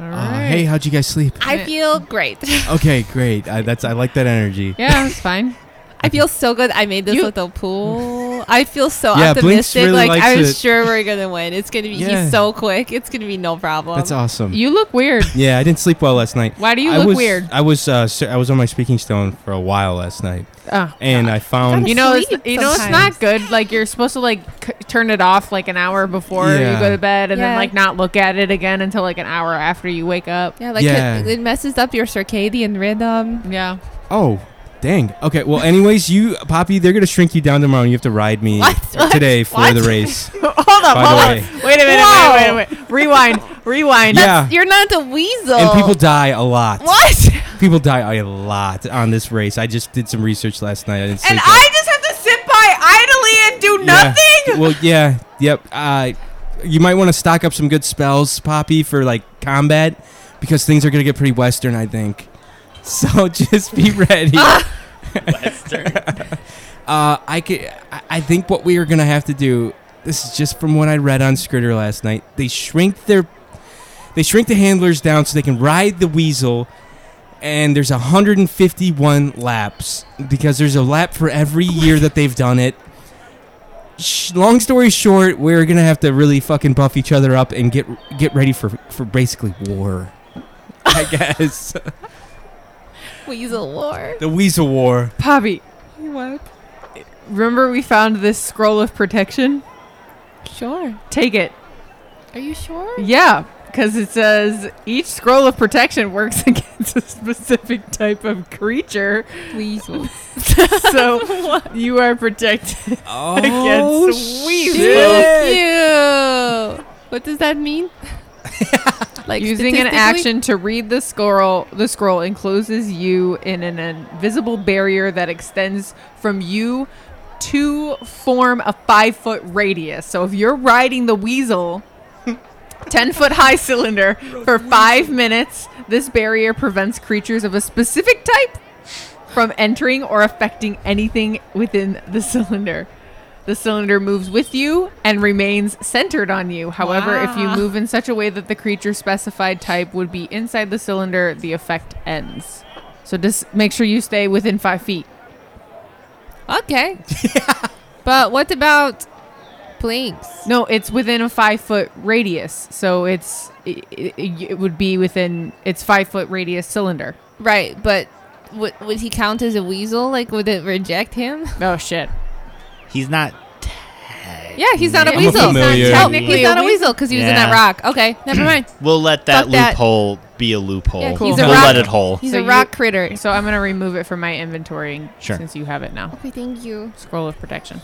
E: All right.
D: Uh, hey, how'd you guys sleep?
B: I feel great.
D: Okay, great. I, that's I like that energy.
E: yeah, it's fine.
B: I feel so good. I made this
E: You-
B: little pool. I feel so
D: Yeah, Blinks
B: optimistic.
D: really
B: like
D: likes
B: I'm
D: it.
B: sure we're gonna win. It's gonna be
D: Yeah.
B: he's so quick. It's gonna be no problem.
D: That's awesome.
E: You look weird.
D: Yeah, I didn't sleep well last night.
E: Why do you
D: I
E: look
D: was,
E: weird?
D: I was uh, ser- I was on my speaking stone for a while last night,
E: Oh.
D: and I found
E: You know, it's,
B: Sleep
E: you know, it's
B: sometimes.
E: not good. Like you're supposed to like c- turn it off like an hour before
D: Yeah.
E: you go to bed, and
B: Yeah.
E: then like not look at it again until like an hour after you wake up.
B: yeah, like
D: Yeah.
B: It, it messes up your circadian rhythm.
E: Yeah.
D: Oh, dang. Okay. Well, anyways, you Poppy, they're gonna shrink you down tomorrow. and You have to ride me
B: What?
D: today for
B: What?
D: the race.
E: hold up. Hold
D: By the
E: up.
D: way.
E: Wait a minute. Wait a minute. Wait. Rewind. Rewind.
D: Yeah.
B: That's- You're not a weasel.
D: And people die a lot.
B: Oh. What?
D: People die a lot on this race. I just did some research last night. I didn't sleep. well.
E: just have to sit by idly and do
D: Yeah. Well, yeah. Yep. Uh, you might want to stock up some good spells, Poppy, for like combat, because things are gonna get pretty western, I think. So just be ready. Uh, I could. I- I think what we are gonna have to do. This is just from what I read on Skritter last night. They shrink their, they shrink the handlers down so they can ride the weasel, and there's 151 laps because there's a lap for every year that they've done it. Sh- long story short, we're gonna have to really fucking buff each other up and get get ready for for basically war. I guess
B: Weasel war.
D: the weasel war.
E: Poppy, remember we found this scroll of protection?
B: Sure.
E: Take it.
B: Are you sure?
E: Yeah, because it says each scroll of protection works against a specific type of creature.
B: Weasel.
E: So you are protected.
D: Oh,
E: Against the weasel.
D: shit.
B: you. What does that mean? like
E: Using an
B: statistically?
E: action to read the scroll, the scroll encloses you in an invisible barrier that extends from you to form a five foot radius. So if you're riding the weasel. 10 foot high cylinder for five minutes. This barrier prevents creatures of a specific type from entering or affecting anything within the cylinder. The cylinder moves with you and remains centered on you. However, if you
B: Wow.
E: move in such a way that the creature specified type would be inside the cylinder, the effect ends. So just make sure you stay within five feet.
B: Okay. But what about blinks?
E: No, it's within a five foot radius. So it's it, it, it would be within its five foot radius cylinder.
B: Right, but would would he count as a weasel? Like, would it reject him?
E: Oh shit!
C: He's not tagged.
B: Yeah, he's not a
D: I'm a
B: weasel.
D: familiar.
B: Oh,
E: Technically
B: he's not
E: a
B: a weasel because he was in that
C: Yeah.
B: rock. Okay, never mind.
C: We'll let that
B: Fuck that.
C: loophole be a loophole.
B: Yeah,
E: cool.
C: We'll
E: he's a rock.
C: let it hole.
B: He's
E: So
B: a
E: you-
B: rock critter.
E: So I'm gonna remove it from my inventory
C: Sure.
E: since you have it now.
B: Okay, thank you.
E: Scroll of protection.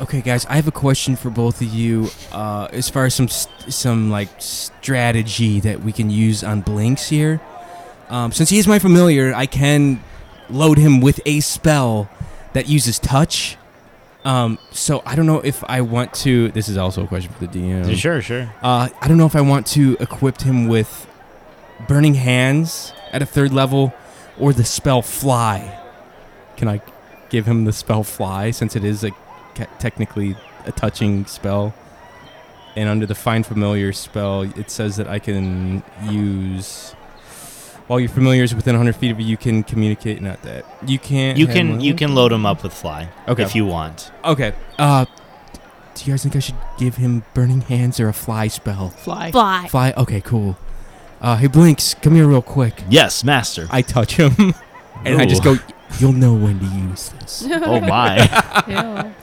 D: Okay, guys, I have a question for both of you. Uh, as far as some st- some like strategy that we can use on Blinks here, um, since he is my familiar, I can load him with a spell that uses touch. Um, so I don't know if I want to. This is also a question for the DM.
C: Sure, sure.
D: Uh, I don't know if I want to equip him with burning hands at a third level or the spell fly. Can I give him the spell fly since it is a ca- technically a touching spell? And under the find familiar spell, it says that I can use while your familiar is within 100 feet of you, you can communicate. Not that you can't.
C: You
D: have
C: can
D: one.
C: you can load him up with fly
D: Okay.
C: if you want.
D: Okay. Uh, do you guys think I should give him burning hands or a fly spell?
E: Fly.
B: Fly.
D: Fly. Okay, cool. Uh, hey, Blinks, come here real quick.
C: Yes, master.
D: I touch him, and I just
C: Ooh.
D: go. You'll know when to use this.
C: Oh my.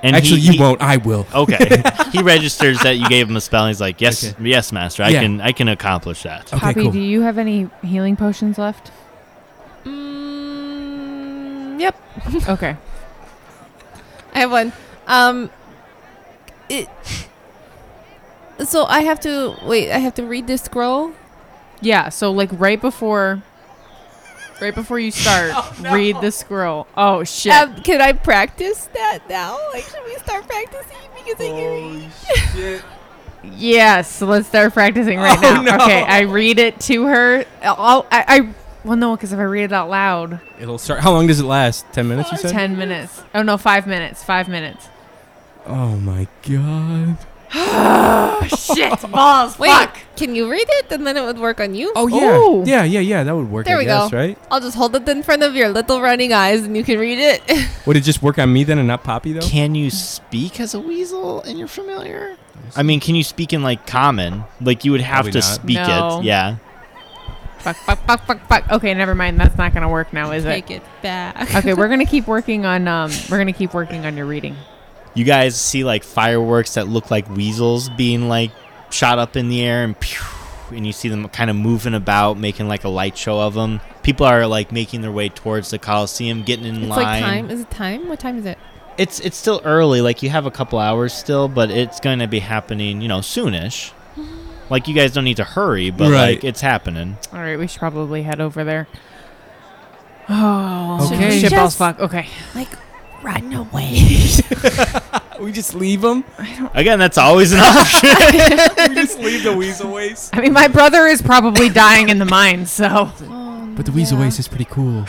C: And
D: Actually,
C: he-
D: you
C: he- Oh,
D: won't. I will.
C: Okay. he registers that you gave him a spell. And he's like, yes, yes, master. I
D: Yeah. Oh,
C: can I can accomplish that.
D: Okay,
E: Poppy,
D: cool.
E: do you have any healing potions left?
B: Mm, yep,
E: Okay.
B: I have one. Um, it. So I have to wait. I have to read this scroll.
E: Yeah, so like right before right before you start, read the scroll. Oh shit.
B: Um, can I practice that now? Like, should we start practicing? Because I can read.
E: yes, so let's start practicing right now. Okay, I read it to her. I'll, I, I well no, because if I read it out loud,
D: It'll start. How long does it last? Ten minutes, you said.
E: ten minutes. Oh no, five minutes. Five minutes.
D: Oh my god.
E: Oh, shit, balls.
B: Wait,
E: Oh, Fuck.
B: can you read it? And then it would work on you.
D: Oh yeah.
E: Ooh.
D: Yeah, yeah, yeah. That would work.
B: There
D: I
B: we
D: guess,
B: go.
D: Right?
B: I'll just hold it in front of your little running eyes, and you can read it.
D: Would it just work on me then and not Poppy though?
C: Can you speak as a weasel and you're familiar? I mean, can you speak in like common? Like you would have
D: Probably
C: to
D: not.
C: speak
E: No.
C: it. Yeah.
E: Fuck, fuck, fuck, fuck, fuck. Okay, never mind. That's not gonna work now, is it?
B: Take it back.
E: Okay, we're gonna keep working on um we're gonna keep working on your reading.
C: You guys see like fireworks that look like weasels being like shot up in the air and pew, and you see them kind of moving about, making like a light show of them. People are like making their way towards the Coliseum, getting in
B: It's
C: line.
B: like time. Is it time? What time is it?
C: It's it's still early. Like you have a couple hours still, but it's going to be happening, you know, soonish. Like you guys don't need to hurry, but
D: Right.
C: like it's happening.
E: All right, we should probably head over there. Oh,
D: Should Okay. we
E: Shit, balls,
B: just-
E: fuck. Okay.
B: Like, run away.
D: we just leave him.
C: Again, that's always an option.
D: we just leave the weasel waste.
E: I mean, my brother is probably dying in the mine, so
B: Oh,
D: But the weasel waste is pretty cool.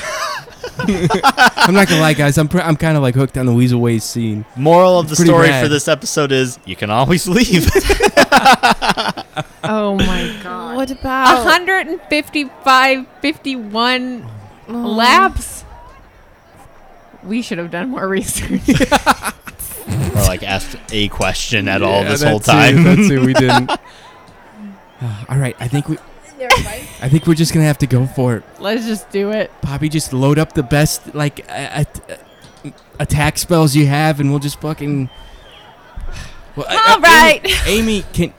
D: I'm not gonna lie, guys. I'm pr- I'm kind of like hooked on the weasel waste scene.
C: Moral of the
D: It's pretty
C: story
D: rad.
C: for this episode is you can always leave.
E: oh my god.
B: What about
E: 155 51
B: Oh.
E: laps. We should have done more research.
C: or like asked a question at all
D: Yeah,
C: this
D: that
C: whole
D: too,
C: time.
D: that too, we didn't. Uh, all right, I think we. I think we're just gonna have to go for it.
E: Let's just do it.
D: Poppy, just load up the best like a- a- a- attack spells you have, and we'll just fucking. Well, I- I-
B: All right.
D: Amy, Amy can.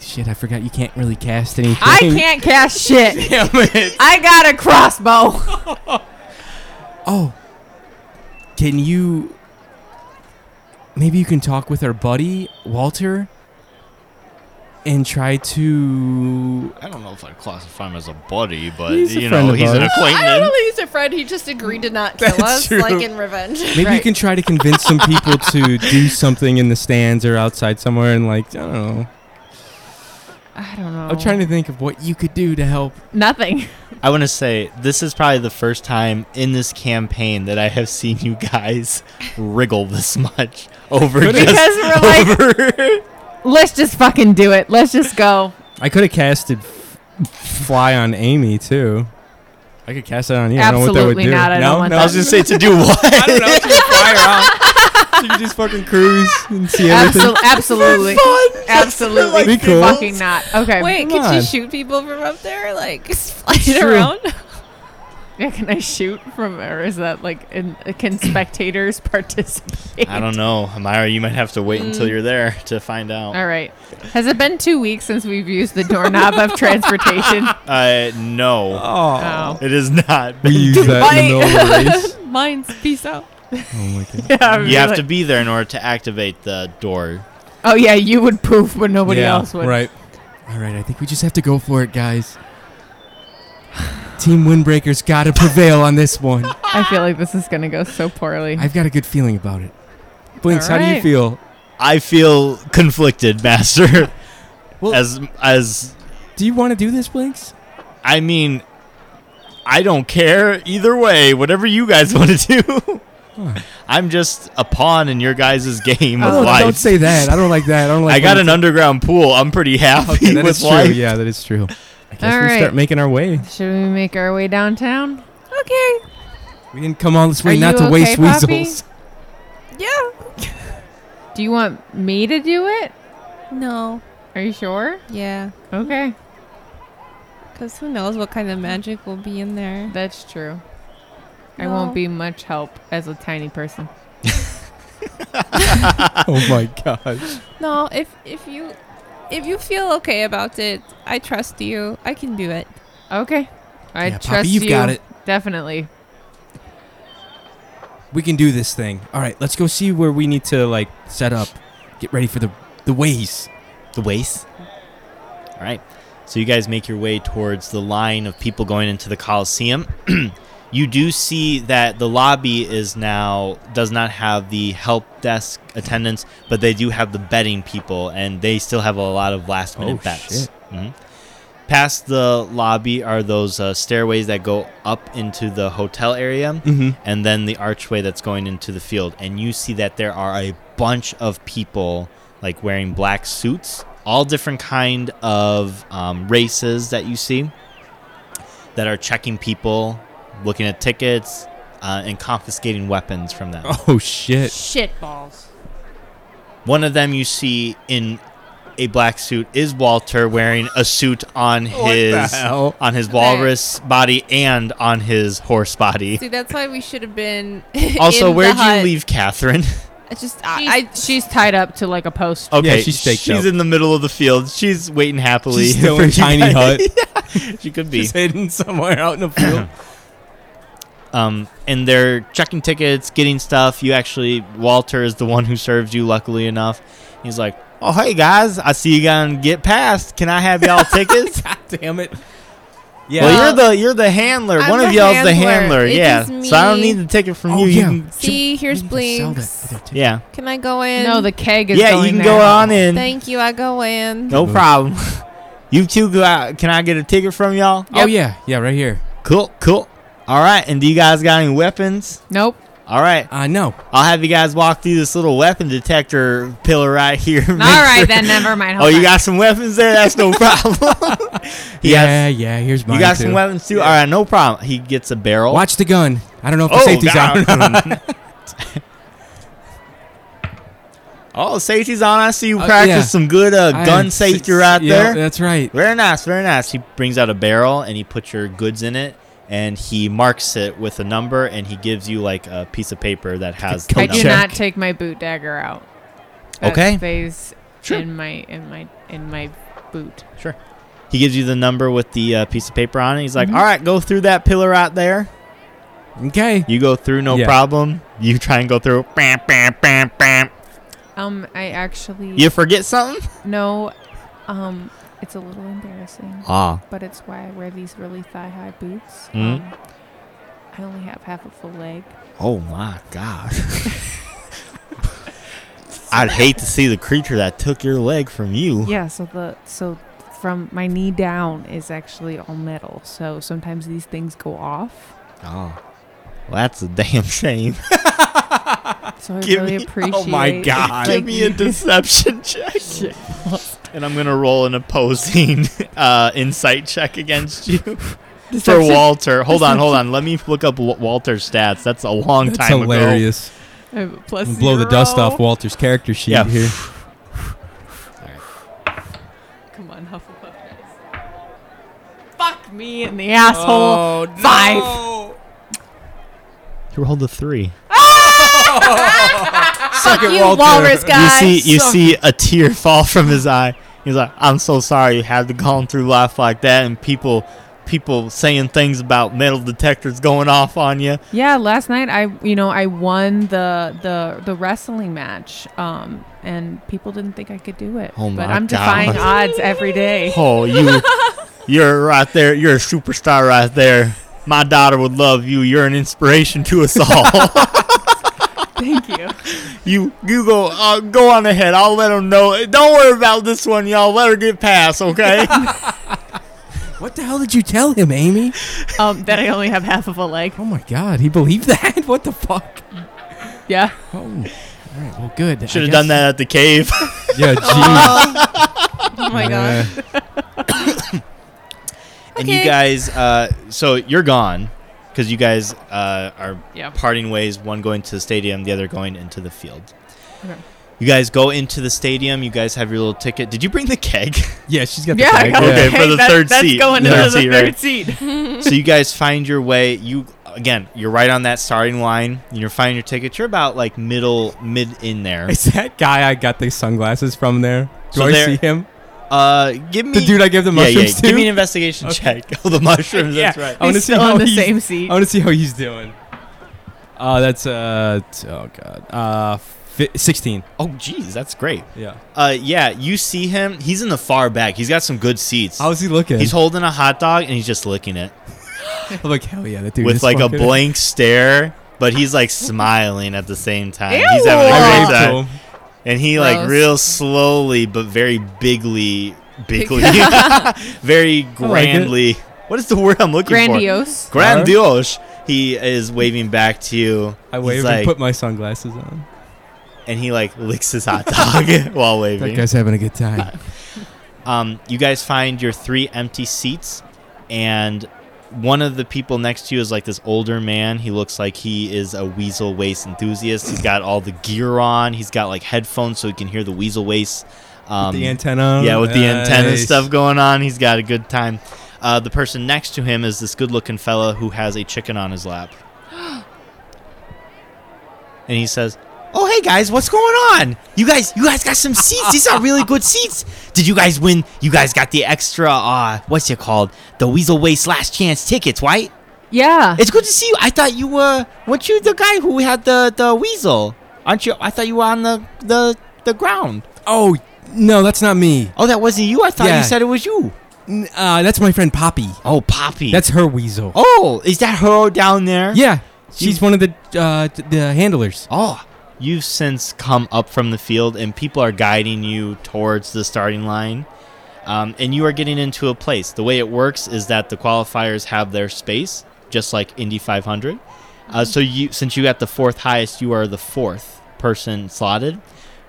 D: Shit, I forgot you can't really cast anything.
E: I can't cast shit.
D: Damn it.
E: I got a crossbow.
D: Oh, can you? Maybe you can talk with our buddy Walter. And try to.
C: I don't know if I'd classify him as a buddy, but
D: He's a
C: you
D: friend
C: know,
D: of
C: he's an
D: ours.
B: I don't know
C: acquaintance.
B: that he's a friend. He just agreed to not kill
D: That's
B: us,
D: true.
B: like in revenge.
D: Maybe you
E: Right.
D: can try to convince some people to do something in the stands or outside somewhere, and like I don't know.
E: I don't know.
D: I'm trying to think of what you could do to help.
E: Nothing.
C: I want to say this is probably the first time in this campaign that I have seen you guys wriggle this much over
D: Could've-
C: just
E: Because we're like,
C: over.
E: let's just fucking do it. Let's just go.
D: I could have casted f- fly on Amy too. I could cast it on you. I don't know what that
E: Absolutely
D: would do.
E: not. I don't
D: no,
E: want
D: no.
E: that.
C: I was gonna say to do what?
D: I don't know. It's just fire off. So you can just fucking cruise and see everything.
E: Absol- absolutely.
D: like
E: Absolutely.
D: Be cool.
E: Fucking not. Okay.
B: Wait,
D: Come
B: could you
D: on.
B: shoot people from up there? Like, flying
D: True.
B: around?
E: Yeah, can I shoot from, or is that like, in, can spectators participate?
C: I don't know, Amira. You might have to
D: Mm.
C: wait until you're there to find out.
E: All right. Has it been two weeks since we've used the doorknob of transportation?
C: Uh, no,
E: Oh.
C: it is not.
D: We use that in the middle of the race.
E: Mine's peace out.
D: Oh my god.
E: Yeah, I
C: You have
E: really-
C: to be there in order to activate the door.
E: Oh yeah, you would poof, but nobody
D: yeah,
E: else would.
D: Right. All right, I think we just have to go for it, guys. Team Windbreaker's got to prevail on this one.
E: I feel like this is gonna go so poorly.
D: I've got a good feeling about it. Blinks,
E: All
D: how do you
E: right.
D: feel?
C: I feel conflicted, Master.
D: Well-
C: as as
D: Do you want to do this, Blinks?
C: I mean, I don't care either way. Whatever you guys want to do.
D: Huh.
C: I'm just a pawn in your guys' game of
D: Oh,
C: life.
D: don't say that. I don't like that. I don't like.
C: I got
D: when
C: an underground pool. I'm pretty happy
D: it's- Okay, that
C: with
D: is true.
C: life.
D: Yeah, that is true. I guess
E: All
D: we
E: right.
D: start making our way.
E: Should we make our way downtown? Okay.
D: We didn't come all this way
E: Are
D: not
E: you
D: to
E: okay,
D: waste
E: Poppy?
D: weasels.
E: Yeah. do you want me to do it?
B: No.
E: Are you sure?
B: Yeah.
E: Okay.
B: Because who knows what kind of magic will be in there.
E: That's true. I
B: No.
E: won't be much help as a tiny person.
D: Oh my gosh.
B: No, if if you if you feel okay about it, I trust you. I can do it.
E: Okay. I
D: yeah,
E: trust
D: Poppy, you've
E: you.
D: got it.
E: Definitely.
D: We can do this thing. All right, let's go see where we need to like set up. Get ready for the the ways.
C: The waist. All right. So you guys make your way towards the line of people going into the Coliseum. you do see that the lobby is now does not have the help desk attendants, but they do have the betting people, and they still have a lot of last minute
D: Oh,
C: bets.
D: shit.
C: Mhm. Past the lobby are those uh, stairways that go up into the hotel area
D: Mm-hmm.
C: and then the archway that's going into the field and you see that there are a bunch of people like wearing black suits all different kind of um, races that you see that are checking people looking at tickets uh, and confiscating weapons from them
D: Oh shit.
E: Shit balls.
C: one of them you see in a black suit is walter wearing a suit on his
D: hell?
C: on his walrus body and on his horse body
B: See, that's why we should have been.
C: also
B: in the
C: where'd you
B: hut.
C: leave catherine
B: It's just
E: She's,
B: I, I
E: Ah, she's tied up to like a post.
C: Okay,
D: she's staked
C: she's
D: out.
C: in the middle of the field. She's waiting happily.
D: She's still
C: for
D: in
C: you
D: tiny
C: guys.
D: hut.
C: she could be.
D: Just hidden somewhere out in the field.
C: Um, and they're checking tickets, getting stuff. You actually, Walter is the one who serves you. Luckily enough, he's like, "Oh hey guys, I see you gonna get past. Can I have y'all tickets?"
D: God damn it. Yeah.
C: Well, you're the you're the handler.
B: I'm
C: one of
B: the
C: y'all's the
B: handler.
C: handler.
B: It
C: yeah.
B: is
C: So I don't
B: me.
C: need the ticket from
D: Oh,
C: you.
D: yeah.
C: You can,
B: see. Here's blinks.
C: yeah.
B: Can I go in?
E: No, the keg is
C: Yeah.
E: going
C: You can
E: there.
C: go on in.
B: Thank you. I go in.
C: no problem. you two go out. Can I get a ticket from y'all?
D: Oh yeah, yeah, right here.
C: Cool. Cool. All right. And do you guys got any weapons?
E: Nope.
C: All right.
D: Uh no.
C: I'll have you guys walk through this little weapon detector pillar right here. All
E: All right, then. Never mind.
C: Oh, you got some weapons there? That's no problem.
D: Yeah,
C: yeah.
D: yeah, here's mine.
C: You got
D: too.
C: some weapons too? All right, no problem. He gets a barrel.
D: Watch the gun. I don't know if the
C: Oh,
D: safety's out. or not.
C: God. oh, safety's on. I see you
D: Uh,
C: practice
D: yeah.
C: some good uh,
D: I-
C: gun safety right
D: yeah,
C: there.
D: That's right.
C: Very nice, very nice. He brings out a barrel and he puts your goods in it and he marks it with a number and he gives you like a piece of paper that has the
E: I
C: number.
E: do not take my boot dagger out. That
C: Okay.
E: Stays
C: Sure.
E: in my in my in my boot.
C: He gives you the number with the uh, piece of paper on it. He's like,
E: Mhm.
C: "All right, go through that pillar out there.
D: Okay.
C: You go through, no
D: Yeah.
C: problem. You try and go through. Bam, bam, bam, bam.
E: Um, I actually
C: You forget something?
E: no. Um, it's a little embarrassing,
C: Ah,
E: but it's why I wear these really thigh high boots.
C: Mhm.
E: Um, I only have half a full leg.
C: oh my god. I'd hate to see the creature that took your leg from you.
E: Yeah. So the so from my knee down is actually all metal. So sometimes these things go off.
C: Oh, well, that's a damn shame.
E: So I
C: Give
E: really
C: me-
E: appreciate.
D: Oh my god.
C: Give me a deception check, and I'm gonna roll an opposing uh, insight check against you. for
E: Deception-
C: Walter. Hold on, hold on. Let me look up Wa- Walter's stats. That's a long
D: That's
C: time ago.
D: hilarious.
E: I have a plus
D: We'll blow the dust
E: zero.
D: off Walter's character sheet
C: Yeah.
D: here.
E: Come on,
C: Oh,
E: Hufflepuff. guys. Fuck me in the asshole. Five.
C: He rolled a three.
D: Suck it,
B: you
D: Walter.
B: walrus guy.
C: you see, you see a tear fall from his eye. He's like, "I'm so sorry you had to go through life like that, and people, people saying things about metal detectors going off on you."
E: Yeah, last night I, you know, I won the the the wrestling match, um, and people didn't think I could do it.
C: Oh
E: but
C: my
E: I'm
C: God.
E: defying odds every day.
C: Oh, you, you're right there. You're a superstar right there. My daughter would love you. You're an inspiration to us all.
E: Thank you.
C: you, you go, uh, go on ahead. I'll let them know. Don't worry about this one, y'all. Let her get past, okay?
D: What the hell did you tell him, Amy?
E: Um, that I only have half of a leg.
D: Oh my God, he believed that. What the fuck?
E: Yeah.
D: Oh, all right. Well, good. I
C: Should have
D: guess-
C: done that at the cave.
D: Yeah. Geez.
E: Oh my god.
D: Uh,
C: And you
B: Okay.
C: guys, uh, so you're gone because you guys uh, are
E: Yeah.
C: parting ways. One going to the stadium, the other going into the field.
E: Okay.
C: You guys go into the stadium. You guys have your little ticket. Did you bring the keg?
D: yeah, she's got the
E: Yeah, I
D: bag.
E: got
C: Okay,
E: it.
C: for the
E: That-
C: third
E: that's
C: seat.
E: going
C: Third
E: into the
C: seat,
E: third
C: right.
E: seat.
C: so you guys find your way. You again, you're right on that starting line. And you're finding your ticket. You're about like middle, mid in there.
D: Is that guy I got the sunglasses from there? Do
C: So
D: I
C: there-
D: see him?
C: Uh, give me
D: The dude I gave the
C: yeah, yeah.
D: mushrooms to.
C: Give me an investigation
D: Okay.
C: check. Oh, the mushrooms.
D: Yeah.
C: That's right.
D: I want to
E: He's
D: see
E: still
D: how
E: on the
D: he's-
E: same
D: I
E: seat.
D: want to see how he's doing. Uh, that's uh, t- oh god, uh, fi- sixteen.
C: Oh, geez, that's great.
D: Yeah.
C: Uh, yeah, you see him. He's in the far back. He's got some good seats.
D: How's he looking?
C: He's holding a hot dog and he's just licking it
D: I'm like hell yeah, that dude
C: with
D: is
C: like a
D: fucking-
C: blank stare, but he's like smiling at the same time.
E: Ew.
C: He's having
D: I
C: a
D: waved
C: great
D: to
C: time.
D: him.
C: And he like
E: Gross.
C: real slowly but very bigly, bigly, very grandly. what is the word I'm looking
E: Grandiose.
C: for? Grandiose. He is waving back to you.
D: I
C: He's
D: waved
C: like-
D: and put my sunglasses on.
C: and he like licks his hot dog while
D: That
C: waving.
D: guy's having a good
C: Uh,
D: time.
C: Um, you guys find your three empty seats, and one of the people next to you is like this older man. He looks like he is a weasel waste enthusiast. He's got all the gear on. He's got like headphones so he can hear the weasel waste. Um,
D: the antenna.
C: yeah, with the antenna and
D: Nice.
C: stuff going on, he's got a good time. Uh, the person next to him is this good-looking fella who has a chicken on his lap, and he says, "Oh, hey guys, what's going on? You guys, you guys got some seats. These are really good seats. Did you guys win? You guys got the extra, uh, what's it called? The Weasel Waste Last Chance tickets, right?
E: Yeah.
C: It's good to see you. I thought you were, weren't you the guy who had the the weasel? Aren't you? I thought you were on the the the ground.
D: Oh no, that's not me.
C: Oh, that wasn't you. I thought
D: Yeah.
C: you said it was you."
D: N- Uh, that's my friend Poppy.
C: Oh, Poppy.
D: That's her weasel.
C: oh, is that her down there?
D: Yeah, she's one of the uh, t- the handlers.
C: Oh, you've since come up from the field, and people are guiding you towards the starting line. Um, and you are getting into a place. The way it works is that the qualifiers have their space, just like Indy 500. Uh, so you, since you got the fourth highest, you are the fourth person slotted,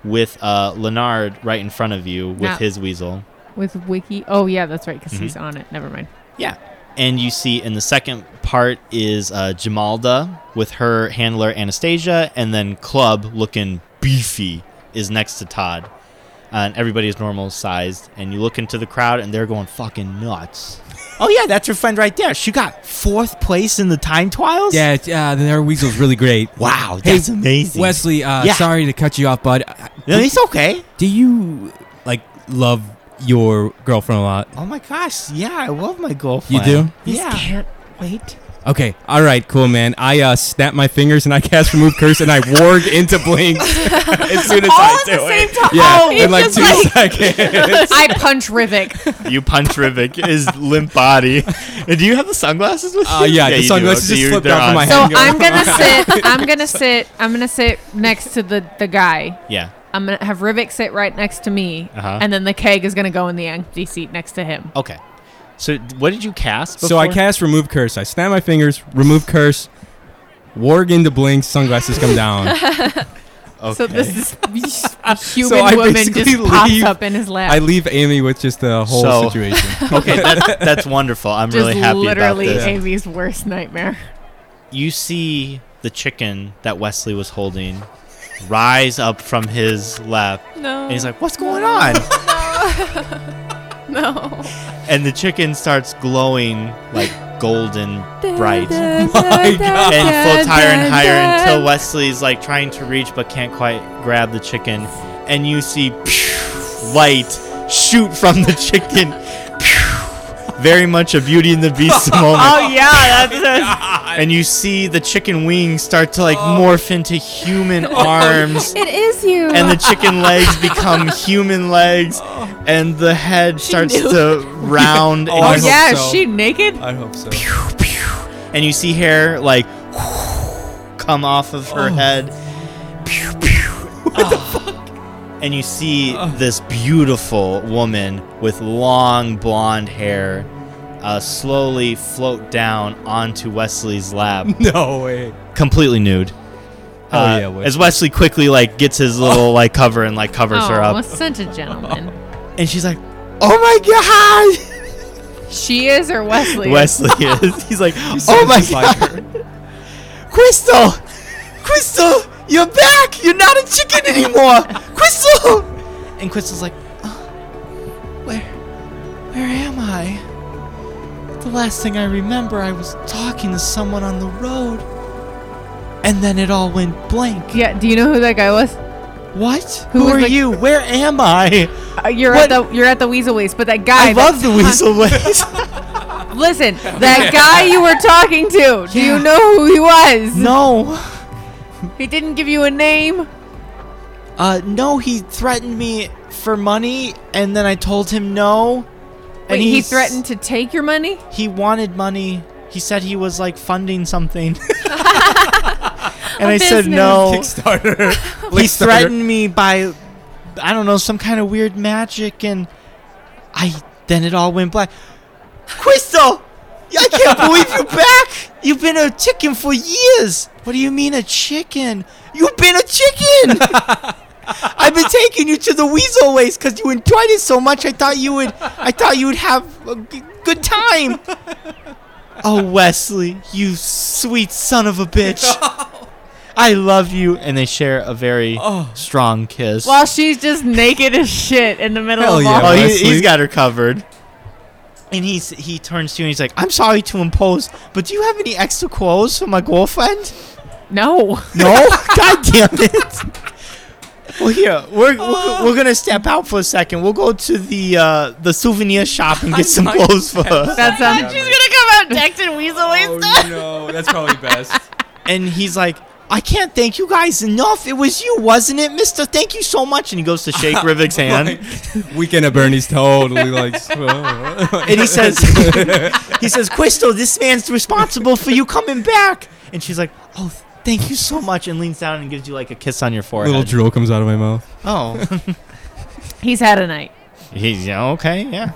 C: with uh, Leonard right in front of you with
E: Now-
C: his weasel.
E: With Wiki. Oh yeah, that's right, because
D: Mm-hmm.
E: he's on it. Never mind.
C: Yeah. And you see in the second part is uh, Jamalda with her handler Anastasia, and then Club looking beefy is next to Todd. Uh, and everybody is normal sized. And you look into the crowd, and they're going fucking nuts. oh, yeah, that's your friend right there. She got fourth place in the time trials?
D: Yeah, t- uh, their weasel's really great.
C: Wow,
D: Hey,
C: that's amazing.
D: Wesley, uh,
C: Yeah.
D: sorry to cut you off, bud. Uh,
C: No,
D: Do,
C: it's okay.
D: do you like love your girlfriend a lot?
C: Oh my gosh. Yeah, I love my girlfriend.
D: You do?
C: Yeah.
E: Can't wait.
D: Okay, all right, cool, man. I uh, snap my fingers and I cast remove curse and I warg into blink as soon as I do it.
E: time.
D: Yeah,
E: Oh,
D: in
E: it's
D: like
E: just
D: two seconds.
E: I punch Rivik.
C: You punch Rivik, his limp body. And do you have the sunglasses with
D: Uh,
C: you?
D: yeah, the
C: you do.
D: sunglasses just
C: you're-
D: flipped
C: they're
D: off of
C: on.
D: my
E: So
D: head. Hang on.
E: I'm gonna sit. I'm gonna sit. I'm gonna sit next to the the guy.
C: Yeah.
E: I'm gonna have Rivik sit right next to me,
C: Uh-huh.
E: and then the keg is gonna go in the empty seat next to him.
C: Okay. So d- what did you cast?
D: so I
C: before?
D: cast remove curse. I snap my fingers, remove curse, warg into blink, sunglasses come down.
C: Okay.
E: So this is human
D: So I
E: woman
D: basically
E: just pops
D: leave-
E: up in his lap.
D: I leave Amy with just the whole
C: So-
D: situation.
C: okay. That, that's wonderful. I'm
E: just
C: really happy about
E: literally
C: this.
E: Amy's worst nightmare.
C: You see the chicken that Wesley was holding rise up from his lap,
B: No.
C: and he's like, "What's going on?"
B: No.
C: and the chicken starts glowing like golden bright.
B: My God.
C: and floats higher and higher until Wesley's like trying to reach but can't quite grab the chicken. And you see light shoot from the chicken. Very much a Beauty and the Beast moment.
E: Oh,
C: Oh,
E: yeah, that's
C: And you see the chicken wings start to like
E: Oh.
C: morph into human arms.
B: It is you.
C: And the chicken legs become human legs, and the head starts
E: Oh. knew.
C: to round.
D: Oh,
E: Oh
C: and,
D: I
C: you-
D: hope
E: yeah, is
D: so.
E: she naked?
D: I hope so.
C: and you see hair like come off of
D: Oh.
C: her head. Pew, pew. Ah. And you see
D: Ah.
C: this beautiful woman with long blonde hair uh, slowly float down onto Wesley's lap,
D: No way.
C: completely nude.
D: Oh,
C: Uh,
D: yeah, Wesley. Oh.
C: as Wesley quickly like gets his little like cover and like covers her
E: Oh,
C: up,
E: such a gentleman.
C: and she's like, "Oh my god!"
E: she is or Wesley?
C: Wesley is. He's like, "Oh
D: sounds
C: my
D: just like
C: god, Crystal, Crystal, you're back. You're not a chicken anymore, Crystal." And Crystal's like, oh, "Where, where am I? The last thing I remember, I was talking to someone on the road, and then it all went blank.
E: Yeah. Do you know who that guy was?
C: What?
E: Who
C: Who,
E: was
C: are
E: the-
C: you? Where am I?
E: Uh, you're
C: What?
E: at the you're at the Weasel Waste, but that guy.
C: I
E: that-
C: love the weasel ways."
E: Listen, that guy you were talking to. Do you know who he was?
C: no.
E: He didn't give you a name.
C: Uh, no, he threatened me for money, and then I told him no.
E: Wait,
C: and
E: he
C: s-
E: threatened to take your money.
C: He wanted money. He said he was like funding something. and I said no.
D: Kickstarter.
C: He
D: Kickstarter.
C: threatened me by, I don't know, some kind of weird magic, and I then it all went black. Crystal, I can't believe you're back. You've been a chicken for years. What do you mean a chicken? You've been a chicken. I've been taking you to the weasel waste because you enjoyed it so much. I thought you would. I thought you would have a g- good time. Oh Wesley, you sweet son of a bitch. I love you. And they share a very
D: Oh.
C: strong kiss.
E: While she's just naked as shit in the middle
D: Hell
E: of
D: yeah.
C: Oh,
E: all.
C: he,
D: Wesley.
C: he's got her covered. And he's he turns to you and he's like, "I'm sorry to impose, but do you have any extra clothes for my girlfriend?"
E: No.
C: No, god damn it. Oh. Well, here we're we're, we're gonna step out for a second. We'll go to the uh, the souvenir shop and get some clothes for her.
E: That sounds.
D: She's
E: gonna come out decked in weasel
D: Oh no, that's probably best.
C: and he's like, I can't thank you guys enough. It was you, wasn't it, Mister? Thank you so much. And he goes to shake Rivik's hand,
D: Weekend at Bernie's totally like. and
C: and he says, he says, Crystal, this man's responsible for you coming back. And she's like, Oh, thank you so much, and leans down and gives you like a kiss on your forehead.
D: little drool comes out of my mouth.
C: oh,
E: He's had a night.
C: he's yeah, okay, yeah.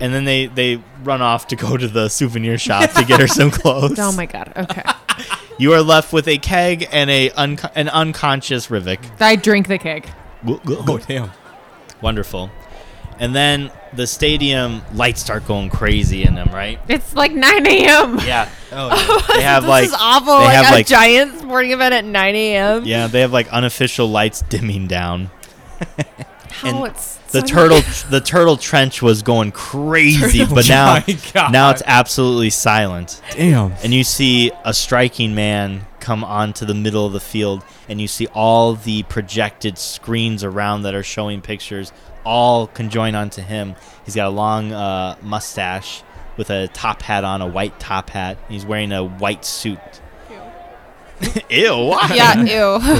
C: and then they they run off to go to the souvenir shop to get her some clothes.
E: Oh my god. Okay.
C: You are left with a keg and a unco- an unconscious Rivik.
E: I drink the cake.
D: Oh damn.
C: Wonderful. And then the stadium lights start going crazy in them, right?
E: It's like 9 a.m.
C: Yeah.
D: Oh,
C: They have
E: this
C: like
E: is awful.
C: They
E: like
C: have
E: a
C: like
E: giant sporting event at 9 a.m.
C: yeah, they have like unofficial lights dimming down.
E: How
C: and
E: it's
C: The
E: so-
C: turtle the turtle trench was going crazy, but now
D: my God.
C: now it's absolutely silent.
D: damn.
C: And you see a striking man come onto the middle of the field and you see all the projected screens around that are showing pictures all conjoin onto him. He's got a long uh, mustache with a top hat on, a white top hat. He's wearing a white suit. Ew. why?
B: yeah, ew.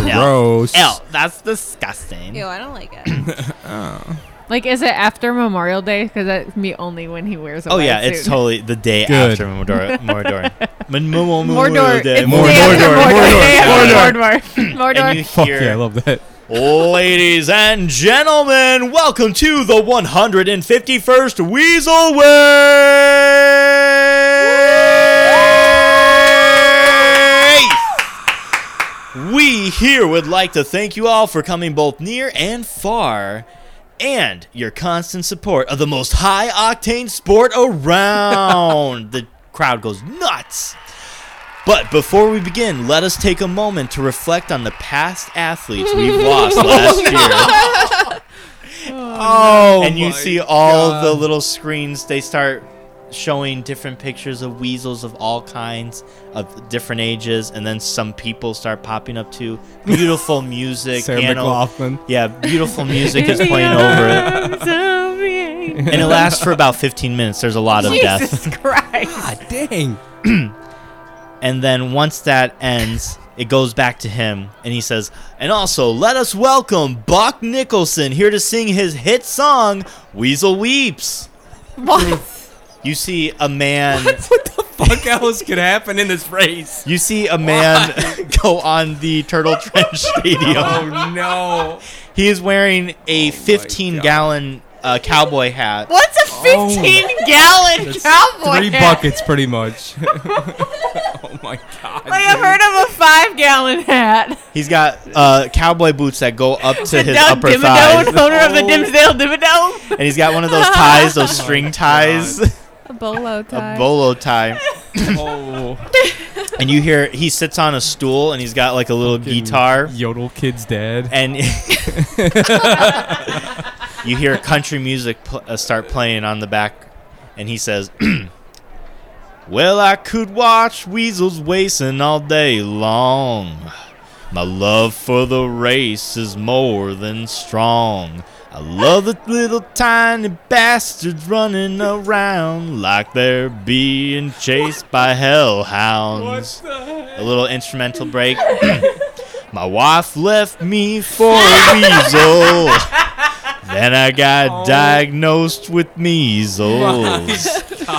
C: Yeah.
D: Gross.
C: Ew, that's disgusting.
B: ew, I don't like it.
E: Like, is it after Memorial Day? Because that's me only when he wears a
C: Oh
E: white
C: yeah, it's
E: suit.
C: totally the day
D: Good.
C: after Mordor. Mordor. Mon- mon- mon-
E: Mordor.
C: Day.
E: It's
C: Mordor.
E: Day
D: Mordor,
E: after Mordor.
C: Mordor.
E: Day after Mordor. Mordor.
C: And you
D: Fuck yeah, I
C: hear
D: love that.
C: Ladies and gentlemen, welcome to the 151st Weasel Way. We here would like to thank you all for coming both near and far. And your constant support of the most high octane sport around. the crowd goes nuts. But before we begin, let us take a moment to reflect on the past athletes we've lost last year.
D: Oh,
C: and you
D: my
C: see all
D: God.
C: the little screens they start showing different pictures of weasels of all kinds of different ages and then some people start popping up too beautiful music
D: Sarah
C: piano
D: McLaughlin.
C: yeah beautiful music is playing over it and it lasts for about 15 minutes there's a lot of death
E: Jesus Christ.
D: God dang.
C: and then once that ends it goes back to him and he says and also let us welcome buck nicholson here to sing his hit song weasel weeps
E: What?
C: you see a man
D: Fuck else could happen in this race?
C: You see a man go on the Turtle Trench Stadium.
D: Oh, no.
C: He is wearing a 15 gallon uh, cowboy hat.
E: What's a 15 gallon cowboy?
D: Three
E: hat?
D: buckets, pretty much. oh my god.
E: Like I've heard of a five gallon hat.
C: He's got uh, cowboy boots that go up to his
E: Doug
C: upper
E: Dimmadome,
C: thighs.
E: owner of the Dimsdale Dimmadome.
C: And he's got one of those ties, those string ties,
B: A bolo tie.
C: a bolo tie.
D: oh.
C: And you hear he sits on a stool and he's got like a little guitar.
D: Yodel kid's dad.
C: And you hear country music pl- uh, start playing on the back, and he says, Well, I could watch weasels wasting all day long. My love for the race is more than strong. I love the little tiny bastards running around like they're being chased by hellhounds. A little instrumental break. My wife left me for a weasel. then I got diagnosed with measles.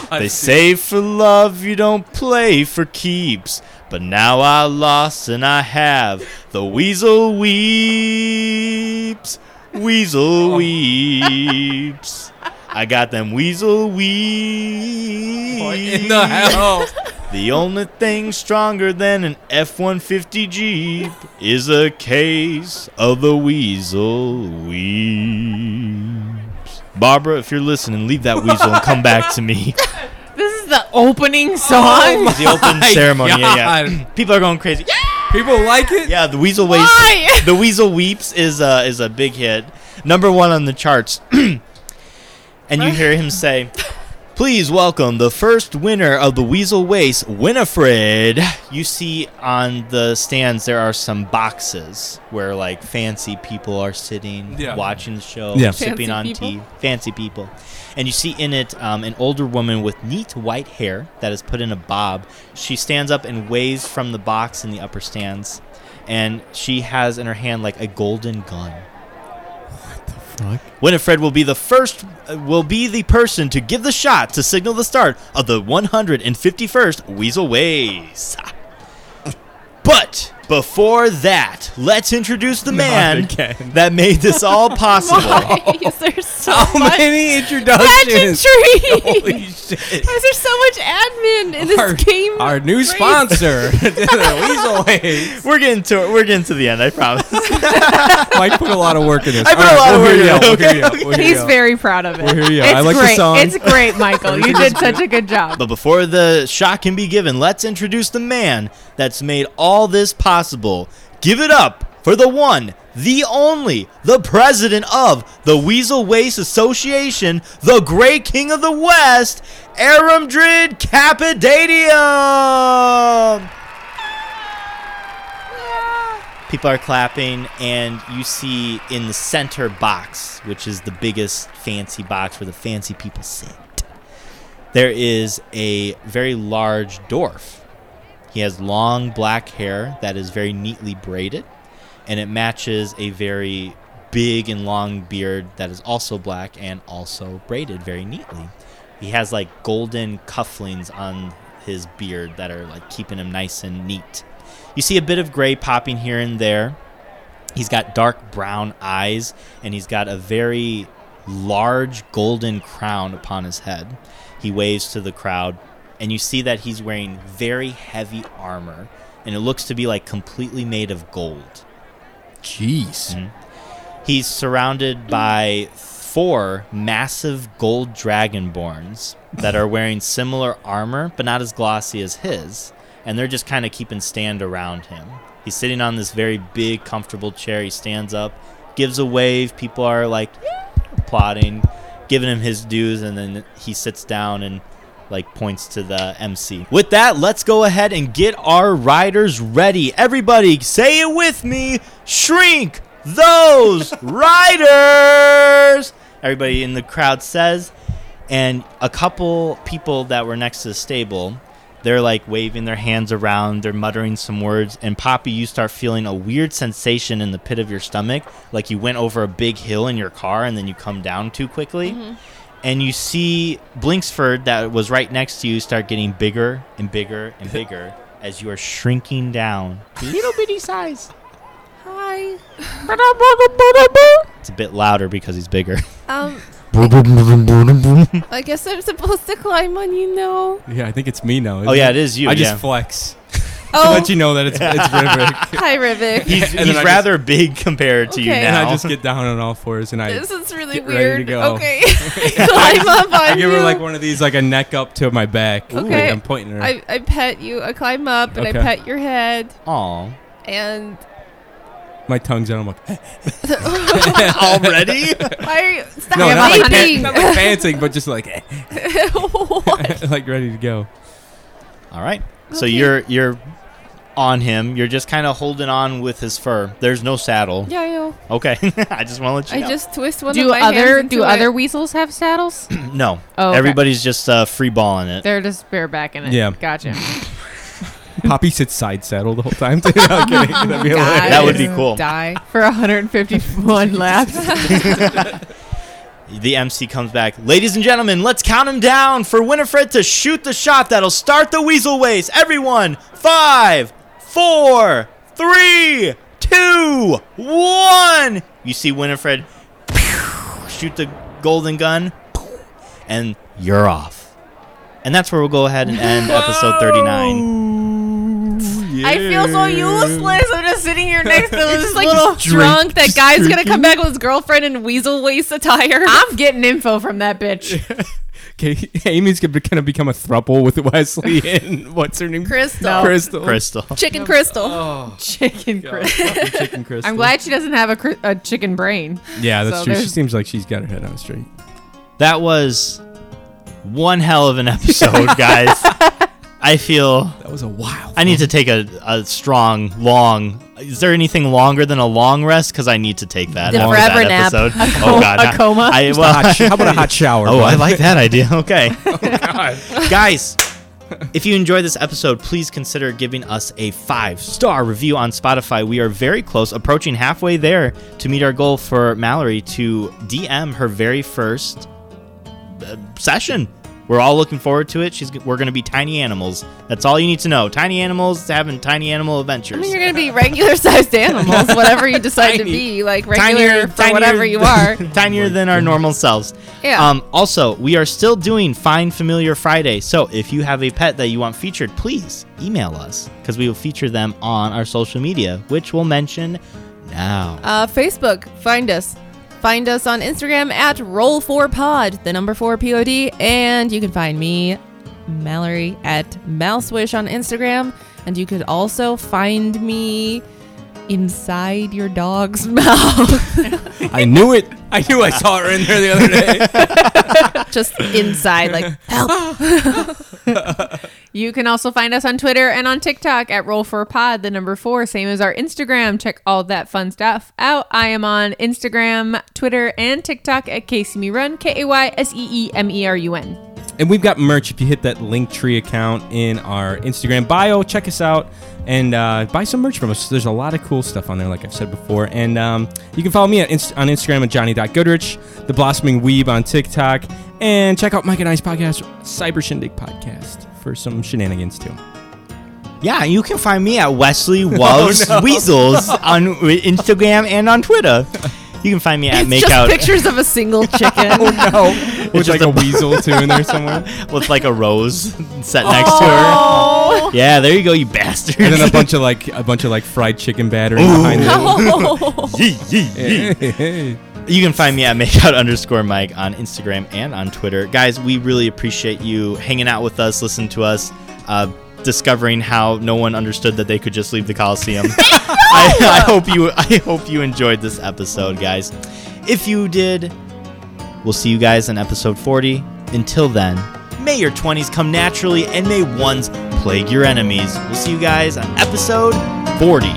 C: They say for love you don't play for keeps. But now I lost and I have the weasel weeps. Weasel
D: Oh.
C: weeps. I got them weasel weeps.
D: What in the hell?
C: The only thing stronger than an F 150 Jeep is a case of the weasel weeps. Barbara, if you're listening, leave that weasel and come back to me.
E: This is the opening song.
C: The open
D: My
C: ceremony, yeah, yeah.
D: God.
C: People are going crazy. Yeah,
D: People like it?
C: yeah. The weasel weeps.
E: Why?
C: The weasel weeps is a is a big hit, number one on the charts. and you hear him say, "Please welcome the first winner of the Weasel Waste, Winifred." You see on the stands there are some boxes where like fancy people are sitting,
D: Yeah.
C: watching the show,
D: Yeah.
C: sipping
E: Fancy
C: on
E: people?
C: tea, fancy people. And you see in it um, an older woman with neat white hair that is put in a bob. She stands up and waves from the box in the upper stands, and she has in her hand like a golden gun.
D: Fuck.
C: Winifred will be the first, uh, will be the person to give the shot to signal the start of the 151st Weasel Ways. But before that, let's introduce the man
D: again.
C: that made this all possible.
E: Why
D: Oh,
E: is there so
D: How
E: much
D: many introductions? Holy
E: pageantry?
D: shit.
E: Why is there so much admin in this
D: Our-
E: game?
D: Our new
E: race?
D: sponsor, Weasel Ways.
C: we're getting to we're getting to the end. I promise.
D: Mike put a lot of work in this.
C: I put a lot of work in it,
D: We'll hear
C: okay,
D: you out. We'll hear you
E: He's
D: out.
E: very proud of it.
D: We'll hear you out.
E: It's
D: I like the
E: great.
D: song.
E: It's great, Michael. you did such a good job.
C: but before the shot can be given, let's introduce the man that's made all this possible. Give it up for the one, the only, the president of the Weasel Waste Association, the great king of the West, Aramdrid Cappadadium. People are clapping, and you see in the center box, which is the biggest fancy box where the fancy people sit, there is a very large dwarf. He has long black hair that is very neatly braided, and it matches a very big and long beard that is also black and also braided very neatly. He has like golden cufflings on his beard that are like keeping him nice and neat. You see a bit of gray popping here and there. He's got dark brown eyes and he's got a very large golden crown upon his head. He waves to the crowd and you see that he's wearing very heavy armor and it looks to be like completely made of gold.
D: Jeez.
C: He's surrounded by four massive gold dragonborns that are wearing similar armor, but not as glossy as his. And they're just kind of keeping stand around him. He's sitting on this very big, comfortable chair. He stands up, gives a wave. People are like, "Yeah," applauding, giving him his dues, and then he sits down and like points to the MC. With that, let's go ahead and get our riders ready. Everybody, say it with me: shrink those riders. Everybody in the crowd says, and a couple people that were next to the stable they're like waving their hands around, they're muttering some words, and Poppy, you start feeling a weird sensation in the pit of your stomach, like you went over a big hill in your car and then you come down too quickly. And you see Blinksford, that was right next to you, start getting bigger and bigger and bigger as you are shrinking down. Little bitty size.
B: Hi.
C: It's a bit louder because he's bigger.
B: Um, I guess I'm supposed to climb on you now.
D: Yeah, I think it's me now.
C: oh, yeah, it is you.
D: I just
C: yeah.
D: flex to
B: Oh,
D: let you know that it's it's Rivik.
B: hi, Rivik.
C: He's,
D: And then
C: he's
D: I just-
C: rather big compared to you
B: Okay.
D: and
C: now.
D: I just get down on all fours and I
B: This is really
D: Get ready to
B: weird.
D: go.
B: Okay, climb up on
D: I give
B: you.
D: her like one of these like a neck up to my back. Like,
B: Okay.
D: I'm pointing her.
B: I, I pet you. I climb up and
D: Okay.
B: I pet your head,
C: Aw.
B: and
D: my tongue's out. I'm like,
C: Already?
B: why? Stop
D: no, not like,
B: biting.
D: not like dancing, but just like
B: What?
D: like ready to go.
C: All right. So
B: Okay.
C: you're you're on him. You're just kind of holding on with his fur. There's no saddle.
B: Yeah, I know.
C: Okay. I just want to let
B: I
C: you know.
B: just twist one of
E: do
B: my
E: other
B: hands into
E: do
B: it.
E: other weasels have saddles?
C: no.
E: Oh, okay.
C: Everybody's just uh, free balling it.
E: They're just barebacking it.
D: Yeah.
E: Gotcha.
D: Poppy sits side saddle the whole time. Dude, I'm kidding. That'd be hilarious.
C: That would be cool.
E: Die for 151 laps.
C: The MC comes back. Ladies and gentlemen, let's count him down for Winifred to shoot the shot that'll start the Weasel Ways. Everyone, five, four, three, two, one. You see Winifred pew, shoot the golden gun, pew, and you're off. And that's where we'll go ahead and end episode 39.
D: Oh,
B: I feel so useless. I'm just sitting here next to this
D: like,
B: little
D: just drink-
B: drunk. That
D: just
B: guy's gonna
D: drinking.
B: come back with his girlfriend in weasel waist attire.
E: I'm getting info from that bitch.
D: Okay, Amy's gonna kind of become a thruple with Wesley and what's her name?
B: Crystal, Oh,
E: No.
D: Crystal.
C: Crystal.
B: chicken crystal.
E: Chicken
D: God,
E: Chris.
D: fucking chicken Crystal.
E: I'm glad she doesn't have a, cri- a chicken brain.
D: Yeah, that's
E: So
D: true. She
E: there's-
D: seems like she's got her head on straight.
C: That was one hell of an episode, guys. I feel
D: That was a wild.
C: I need to take a, a strong, long. Is there anything longer than a long rest? Because I need to take that.
B: The
C: after
B: forever
C: that
B: nap.
C: Episode.
E: co-
C: oh God,
E: a
C: not-
E: coma?
C: I,
D: A
C: well,
D: hot sh- how about a hot shower?
C: oh,
D: bro?
C: I like that idea. Okay. Guys, if you enjoyed this episode, please consider giving us a five star review on Spotify. We are very close, approaching halfway there to meet our goal for Mallory to DM her very first uh, session. We're all looking forward to it. She's g- we're going to be tiny animals. That's all you need to know. Tiny animals having tiny animal adventures.
B: I mean, you're gonna be regular sized animals, whatever you decide to
D: Tiny.
B: be, like regular for
C: tinier-
B: whatever you are.
C: tinier than our normal selves.
B: Yeah.
C: Um, also, we are still doing Find Familiar Friday. So if you have a pet that you want featured, please email us because we will feature them on our social media, which we'll mention now.
B: Uh, Facebook, find us. Find us on Instagram at Roll4Pod, the number 4 POD, and you can find me, Mallory, at Mousewish on Instagram. And you could also find me inside your dog's mouth.
D: I knew it. I knew I saw her in there the other day.
B: Just inside, like, help.
E: You can also find us on Twitter and on TikTok at Roll for Pod, the number four, same as our Instagram. Check all that fun stuff out. I am on Instagram, Twitter, and TikTok at KCME Run, K A Y S E E M E R U N.
D: and we've got merch. If you hit that Linktree account in our Instagram bio, check us out and uh, buy some merch from us. There's a lot of cool stuff on there, like I've said before. And um, you can follow me at inst- on Instagram at Johnny.Goodrich, The Blossoming Weeb on TikTok, and check out Mike and I's podcast, Cyber Shindig Podcast, for some shenanigans too.
C: yeah, you can find me at Wesley
B: Oh,
C: Loves Weasels on Instagram and on Twitter. You can find me at
B: It's just
C: Makeout.
B: pictures of a single chicken.
D: No, with
C: just
D: like
C: a
D: a weasel too in there somewhere,
C: with like a rose set next
B: Oh.
C: to her. Yeah, there you go, you bastard.
D: and then a bunch of like a bunch of like fried chicken batter behind it.
C: Yee, yee, yee. You can find me at makeout underscore Mike on Instagram and on Twitter. Guys, we really appreciate you hanging out with us, listening to us, uh, discovering how no one understood that they could just leave the Coliseum. I, I hope you I hope you enjoyed this episode, guys. If you did, We'll see you guys in episode 40. Until then, may your 20s come naturally and may ones plague your enemies. We'll see you guys on episode 40.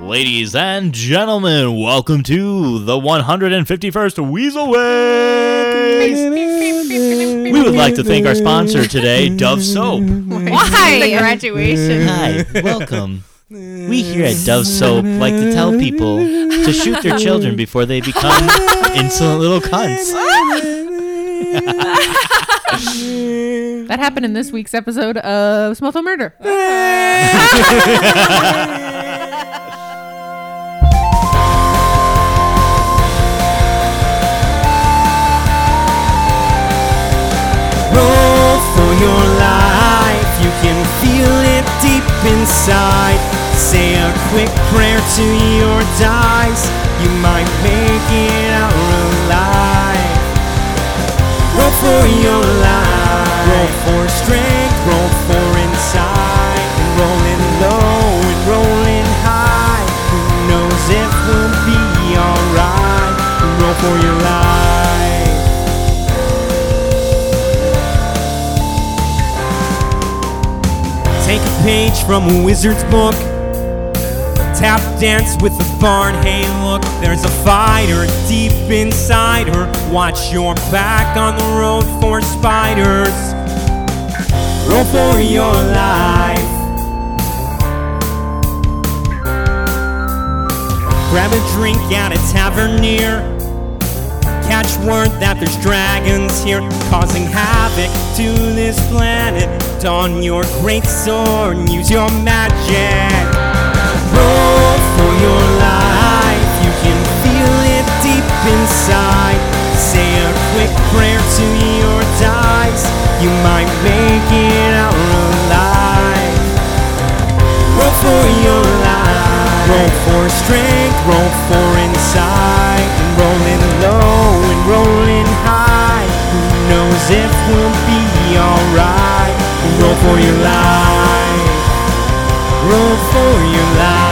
C: Ladies and gentlemen, welcome to the 151st Weasel Ways. We would like to thank our sponsor today, Dove Soap.
E: Why? The graduation.
C: Hi, welcome. We here at Dove Soap like to tell people to shoot their children before they become insolent little cunts.
E: That happened in this week's episode of Small Town Murder.
D: roll for your life. You can feel it deep inside. Say a quick prayer to your dice. You might make it out alive. Roll for your life. Roll for strength. Roll for insight. And rolling low and rolling high. Who knows if we'll be alright? Roll for your life. Take a page from a wizard's book. Tap dance with the bard. Hey, look, there's a fighter deep inside her. Watch your back on the road for spiders. Roll for your life. Grab a drink at a tavern near. Catch word that there's dragons here causing havoc to this planet. Don your great sword and use your magic. Roll for your life, you can feel it deep inside. Say a quick prayer to your dice, you might make it out alive. Roll for your life. Roll for strength, roll for insight. And rolling low and rolling high. Who knows if we'll be alright? Roll for your life. Roll for your life.